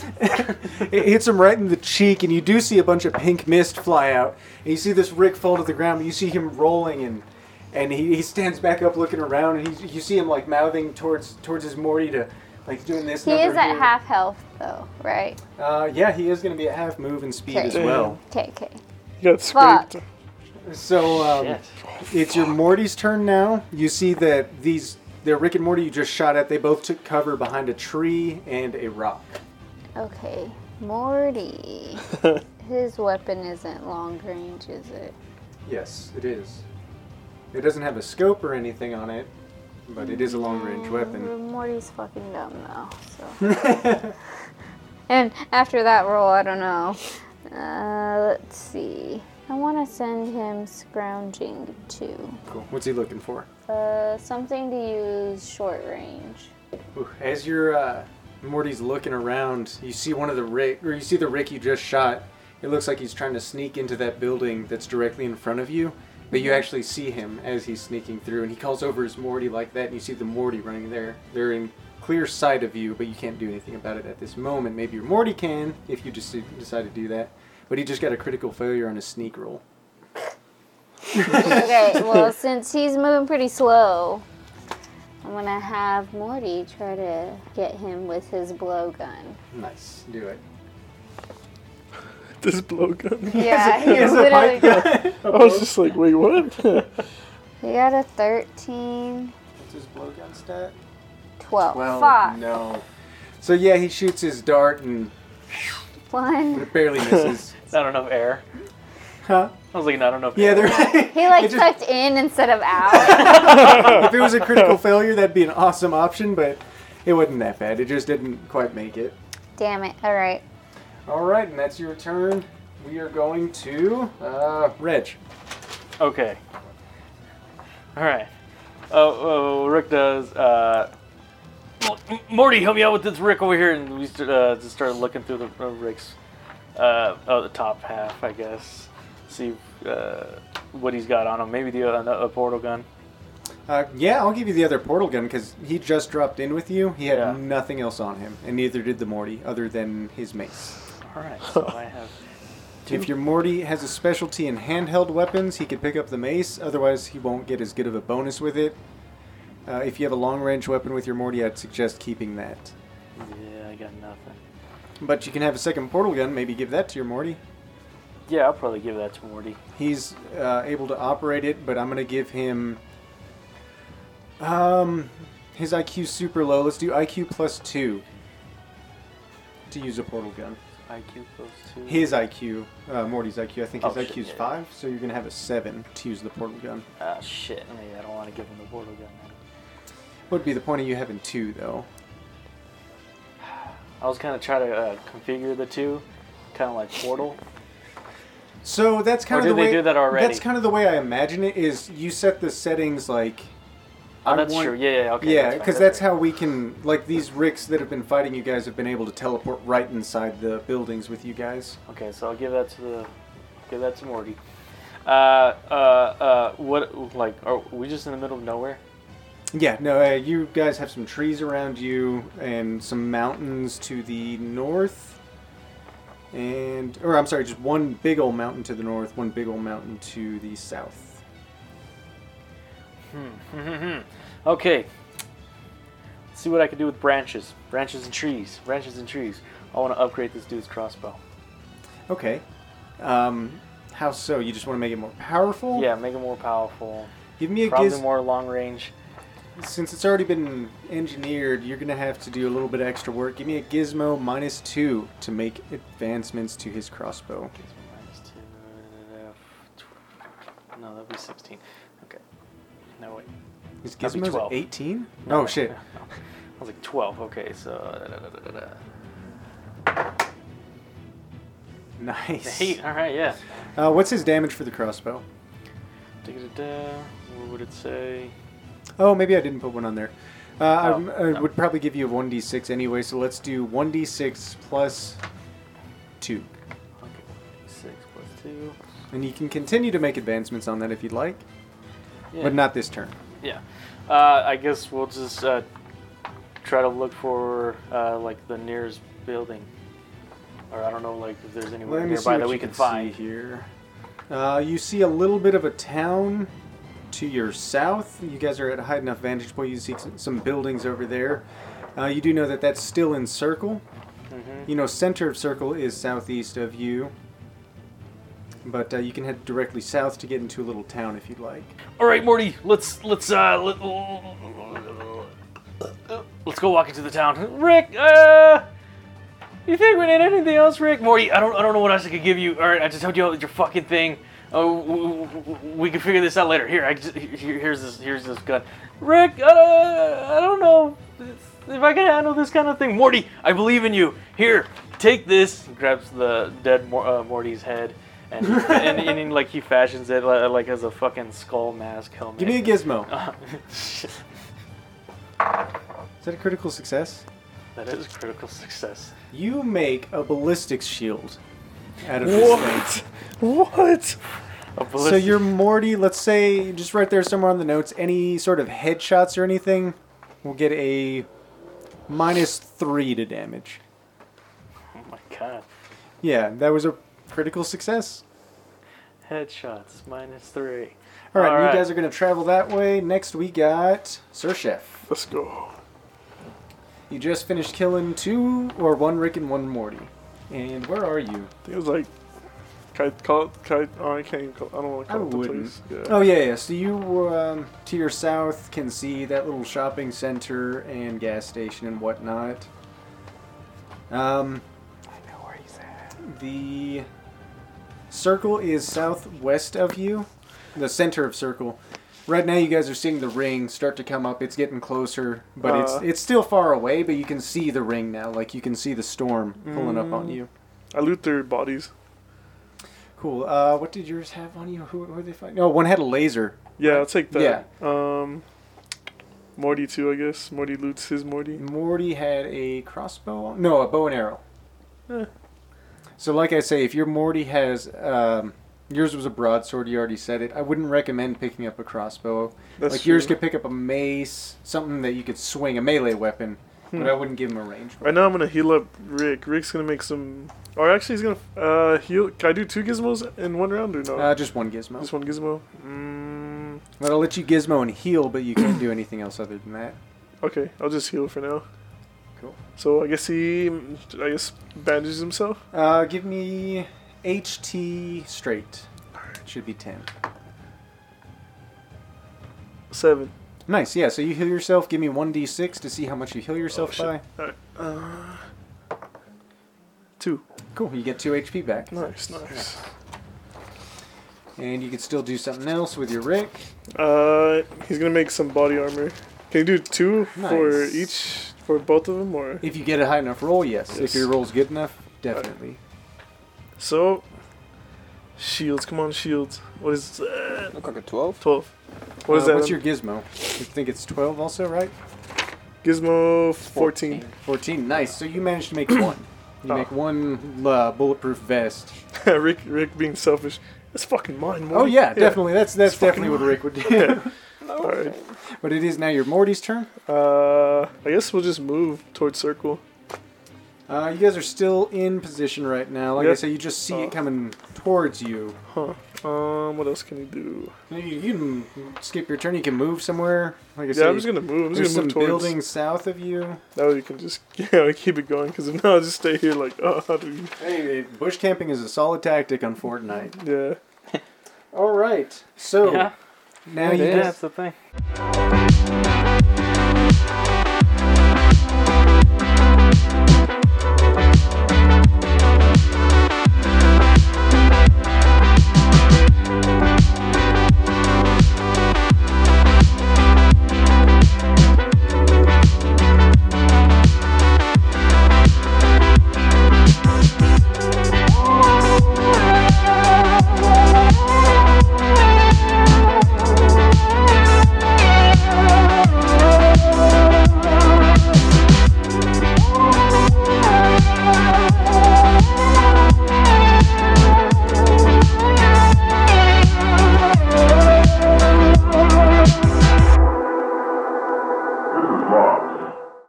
[LAUGHS] It hits him right in the cheek, and you do see a bunch of pink mist fly out. And you see this Rick fall to the ground, but you see him rolling, and and he, he stands back up, looking around, and he, you see him like mouthing towards towards his Morty to like doing this.
He
number
is at
here.
half health though, right?
Uh, yeah, he is going to be at half move and speed
Okay.
as well.
Okay, okay.
You got scraped.
Fuck.
So um,
Shit.
it's your Morty's turn now. You see that these the Rick and Morty you just shot at, they both took cover behind a tree and a rock.
Okay,
[LAUGHS]
Morty. His weapon isn't long range, is it?
Yes, it is. It doesn't have a scope or anything on it, but it is a long range weapon. [LAUGHS]
Mm, Morty's fucking dumb though. So. and after that roll, I don't know. Uh, let's see. I want to send him scrounging to
Cool. What's he looking for?
uh, something to use short range.
Ooh, As you're uh, Morty's looking around, you see one of the Rick, or you see the Rick you just shot. It looks like he's trying to sneak into that building that's directly in front of you, but you actually see him as he's sneaking through, and he calls over his Morty like that, and you see the Morty running there. They're in clear sight of you, but you can't do anything about it at this moment. Maybe your Morty can if you just decide to do that, but he just got a critical failure on his sneak roll.
Okay,
[LAUGHS]
well, since he's moving pretty slow, I'm gonna have Morty try to get him with his blowgun.
Nice, do it.
This blowgun.
[LAUGHS]
Yeah,
He has a pipe [LAUGHS] gun.
I was just like, wait, what? [LAUGHS]
He got a 13,
What's his blowgun stat?
12.
Well,
Fuck.
no. So yeah, he shoots his dart and [LAUGHS]
One.
it barely misses.
Not enough air.
huh?
I was like, not enough
Yeah,
air.
[LAUGHS] there.
He like
It just-
sucked in instead of
[LAUGHS]
out.
if it was a critical failure, that'd be an awesome option, but it wasn't that bad. It just didn't quite make it.
Damn it. All
[LAUGHS]
right.
All right, and that's your turn. We are going to uh, Reg.
Okay. All right. Oh, oh Rick does. Uh, "M- M- Morty, help me out with this Rick over here, and we st- uh, just started looking through the uh, Rick's, uh, oh, the top half, I guess. See uh, what he's got on him. Maybe the uh, a portal gun.
Uh, yeah, I'll give you the other portal gun because he just dropped in with you. He had
Yeah.
nothing else on him, and neither did the Morty, other than his mace.
All right. So I have.
If your Morty has a specialty in handheld weapons, he could pick up the mace. Otherwise, he won't get as good of a bonus with it. Uh, if you have a long-range weapon with your Morty, I'd suggest keeping that.
Yeah, I got nothing.
But you can have a second portal gun. Maybe give that to your Morty.
Yeah, I'll probably give that to Morty.
He's uh, able to operate it, but I'm gonna give him. Um, his IQ super low. Let's do IQ plus two. To use a portal gun.
IQ close to.
His IQ, uh, Morty's IQ. I think his
Oh, shit,
IQ is
yeah.
five, so you're gonna have a seven to use the portal gun.
Ah, shit. Maybe I don't want to give him the portal gun. Then.
Would be the point of you having two, though.
I was kind of trying to uh, configure the two, kind of like portal.
So that's kind
Or
of
did
the
they
way
do that already?
That's kind of the way I imagine it. Is you set the settings like.
Oh,
I
that's
want-
true. Yeah, yeah, okay.
yeah,
fine,
because that's,
right.
how we can like these ricks that have been fighting you guys have been able to teleport right inside the buildings with you guys.
Okay, so I'll give that to the, give that to Morty. Uh, uh, uh, what? Like, are we just in the middle of nowhere?
Yeah, no, uh, you guys have some trees around you and some mountains to the north, and or I'm sorry, just one big old mountain to the north, one big old mountain to the south.
Okay. Let's see what I can do with branches, branches and trees, branches and trees. I want to upgrade this dude's crossbow.
Okay, um, how so? You just want to make it more powerful?
Yeah, make it more powerful.
Give me a
Probably
giz-
more long range.
Since it's already been engineered, you're gonna have to do a little bit of extra work. Give me a gizmo minus two to make advancements to his crossbow.
Gives me minus two. No, that'd be sixteen. Okay. No wait.
His
That'd be
gizmo's
12.
eighteen? Oh shit!
[LAUGHS] I was like 12. Okay, so. Da, da, da, da, da, da.
Nice.
Eight, alright, yeah.
Uh, what's his damage for the crossbow?
Da, da, da, da. What would it say?
Oh, maybe I didn't put one on there. Uh, I-
Oh,
I,
no.
would probably give you a one d six anyway, so let's do one d six plus two.
two.
And you can continue to make advancements on that if you'd like,
Yeah.
but not this turn.
Yeah. Uh, I guess we'll just uh, try to look for uh, like the nearest building, or I don't know, like if there's anywhere
Let me see
nearby
what
that
you
we can find.
see here. Uh, you see a little bit of a town to your south. You guys are at a high enough vantage point. You see s- some buildings over there. Uh, you do know that that's still in circle.
Mhm.
You know, center of circle is southeast of you. But uh, you can head directly south to get into a little town if you'd like.
All right, Morty, let's let's uh, let, us Uh, go walk into the town. Rick, uh, you think we need anything else, Rick? Morty, I don't I don't know what else I could give you. All right, I just told you your fucking thing. Oh, w- w- w- we can figure this out later. Here, I just, here, here's this here's this gun. Rick, uh, I don't know if I can handle this kind of thing. Morty, I believe in you. Here, take this. He grabs the dead Mor- uh, Morty's head.
[LAUGHS]
And, and, and, he, like he fashions it li- like as a fucking skull mask helmet.
Give me a gizmo.
[LAUGHS] Shit,
Is that a critical success?
that is critical success.
You make a ballistics shield out of this thing.
What? What?
A
So
ballistic-
your Morty, let's say just right there somewhere on the notes, any sort of headshots or anything will get a minus three to damage.
oh my god.
Yeah, that was a critical success.
Headshots minus three.
All right,
All right.
you guys are gonna travel that way. Next we got Sir Chef.
Let's go.
You just finished killing two or one Rick and one Morty. And where are you?
I think it was like. Can I call it? Can I, oh, I can't even call I don't want to
I
call it the
wouldn't.
place. Yeah.
Oh yeah, yeah. So you um, to your south can see that little shopping center and gas station and whatnot. Um, I know where he's at. The circle is southwest of you, the center of circle. Right now, you guys are seeing the ring start to come up. It's getting closer, but
Uh.
it's it's still far away. But you can see the ring now. Like you can see the storm pulling up on you.
I loot their bodies.
Cool. Uh, what did yours have on you? Who who are they fighting? No, one had a laser.
Yeah, I'll take that. Um, Morty too, I guess. Morty loots his Morty.
Morty had a crossbow, on- no, a bow and arrow. So, like I say, if your Morty has um, yours was a broadsword, you already said it. I wouldn't recommend picking up a crossbow.
That's
like yours
true.
could pick up a mace, something that you could swing, a melee weapon.
Hmm.
But I wouldn't give him a range.
Right now, I'm gonna heal up Rick. Rick's gonna make some. Or actually, he's gonna uh, heal. Can I do two gizmos in one round or no?
Uh, just one gizmo.
Just one gizmo. Mm,
But I'll let you gizmo and heal, but you can't do anything else other than that.
okay, I'll just heal for now.
Cool.
So I guess he, I guess, bandages himself.
Uh, give me HT straight. Should be ten.
Seven.
Nice. Yeah. So you heal yourself. Give me one d6 to see how much you heal yourself
Oh, shit.
by.
Uh, Two.
Cool. You get two HP back.
Nice, nice.
And you can still do something else with your Rick.
Uh, he's gonna make some body armor. Can you do two for
Nice.
each, for both of them, or?
If you get a high enough roll, yes. If
Yes.
your roll's good enough, definitely.
So, shields. Come on, shields. What is that?
Look like a 12.
Twelve. What is
Uh,
that?
What's your gizmo? You think it's 12 also, right?
Gizmo fourteen.
14. Nice. So you managed to make [COUGHS] one. You
Oh.
make one uh, bulletproof vest.
[LAUGHS] Rick, Rick being selfish. That's fucking mine.
Oh
Morty.
yeah,
[LAUGHS]
definitely. That's that's
It's fucking
definitely what Rick would do. [LAUGHS]
All right.
but it is now your Morty's turn.
Uh, I guess we'll just move towards circle.
Uh, you guys are still in position right now. Like I
Yep.
say, you just see
Uh.
it coming towards you.
Huh. Um, what else can you do?
You, you can skip your turn. You can move somewhere. Like I
Yeah,
said,
I'm just gonna move. I'm
there's
just gonna
some
move towards.
buildings south of you.
Now you can just [LAUGHS] yeah, keep it going because if not, I'll just stay here like [LAUGHS] oh, how do we?
Hey, bush camping is a solid tactic on Fortnite.
Yeah.
All right, so
Yeah.
now
yeah,
you
that's
just,
the thing.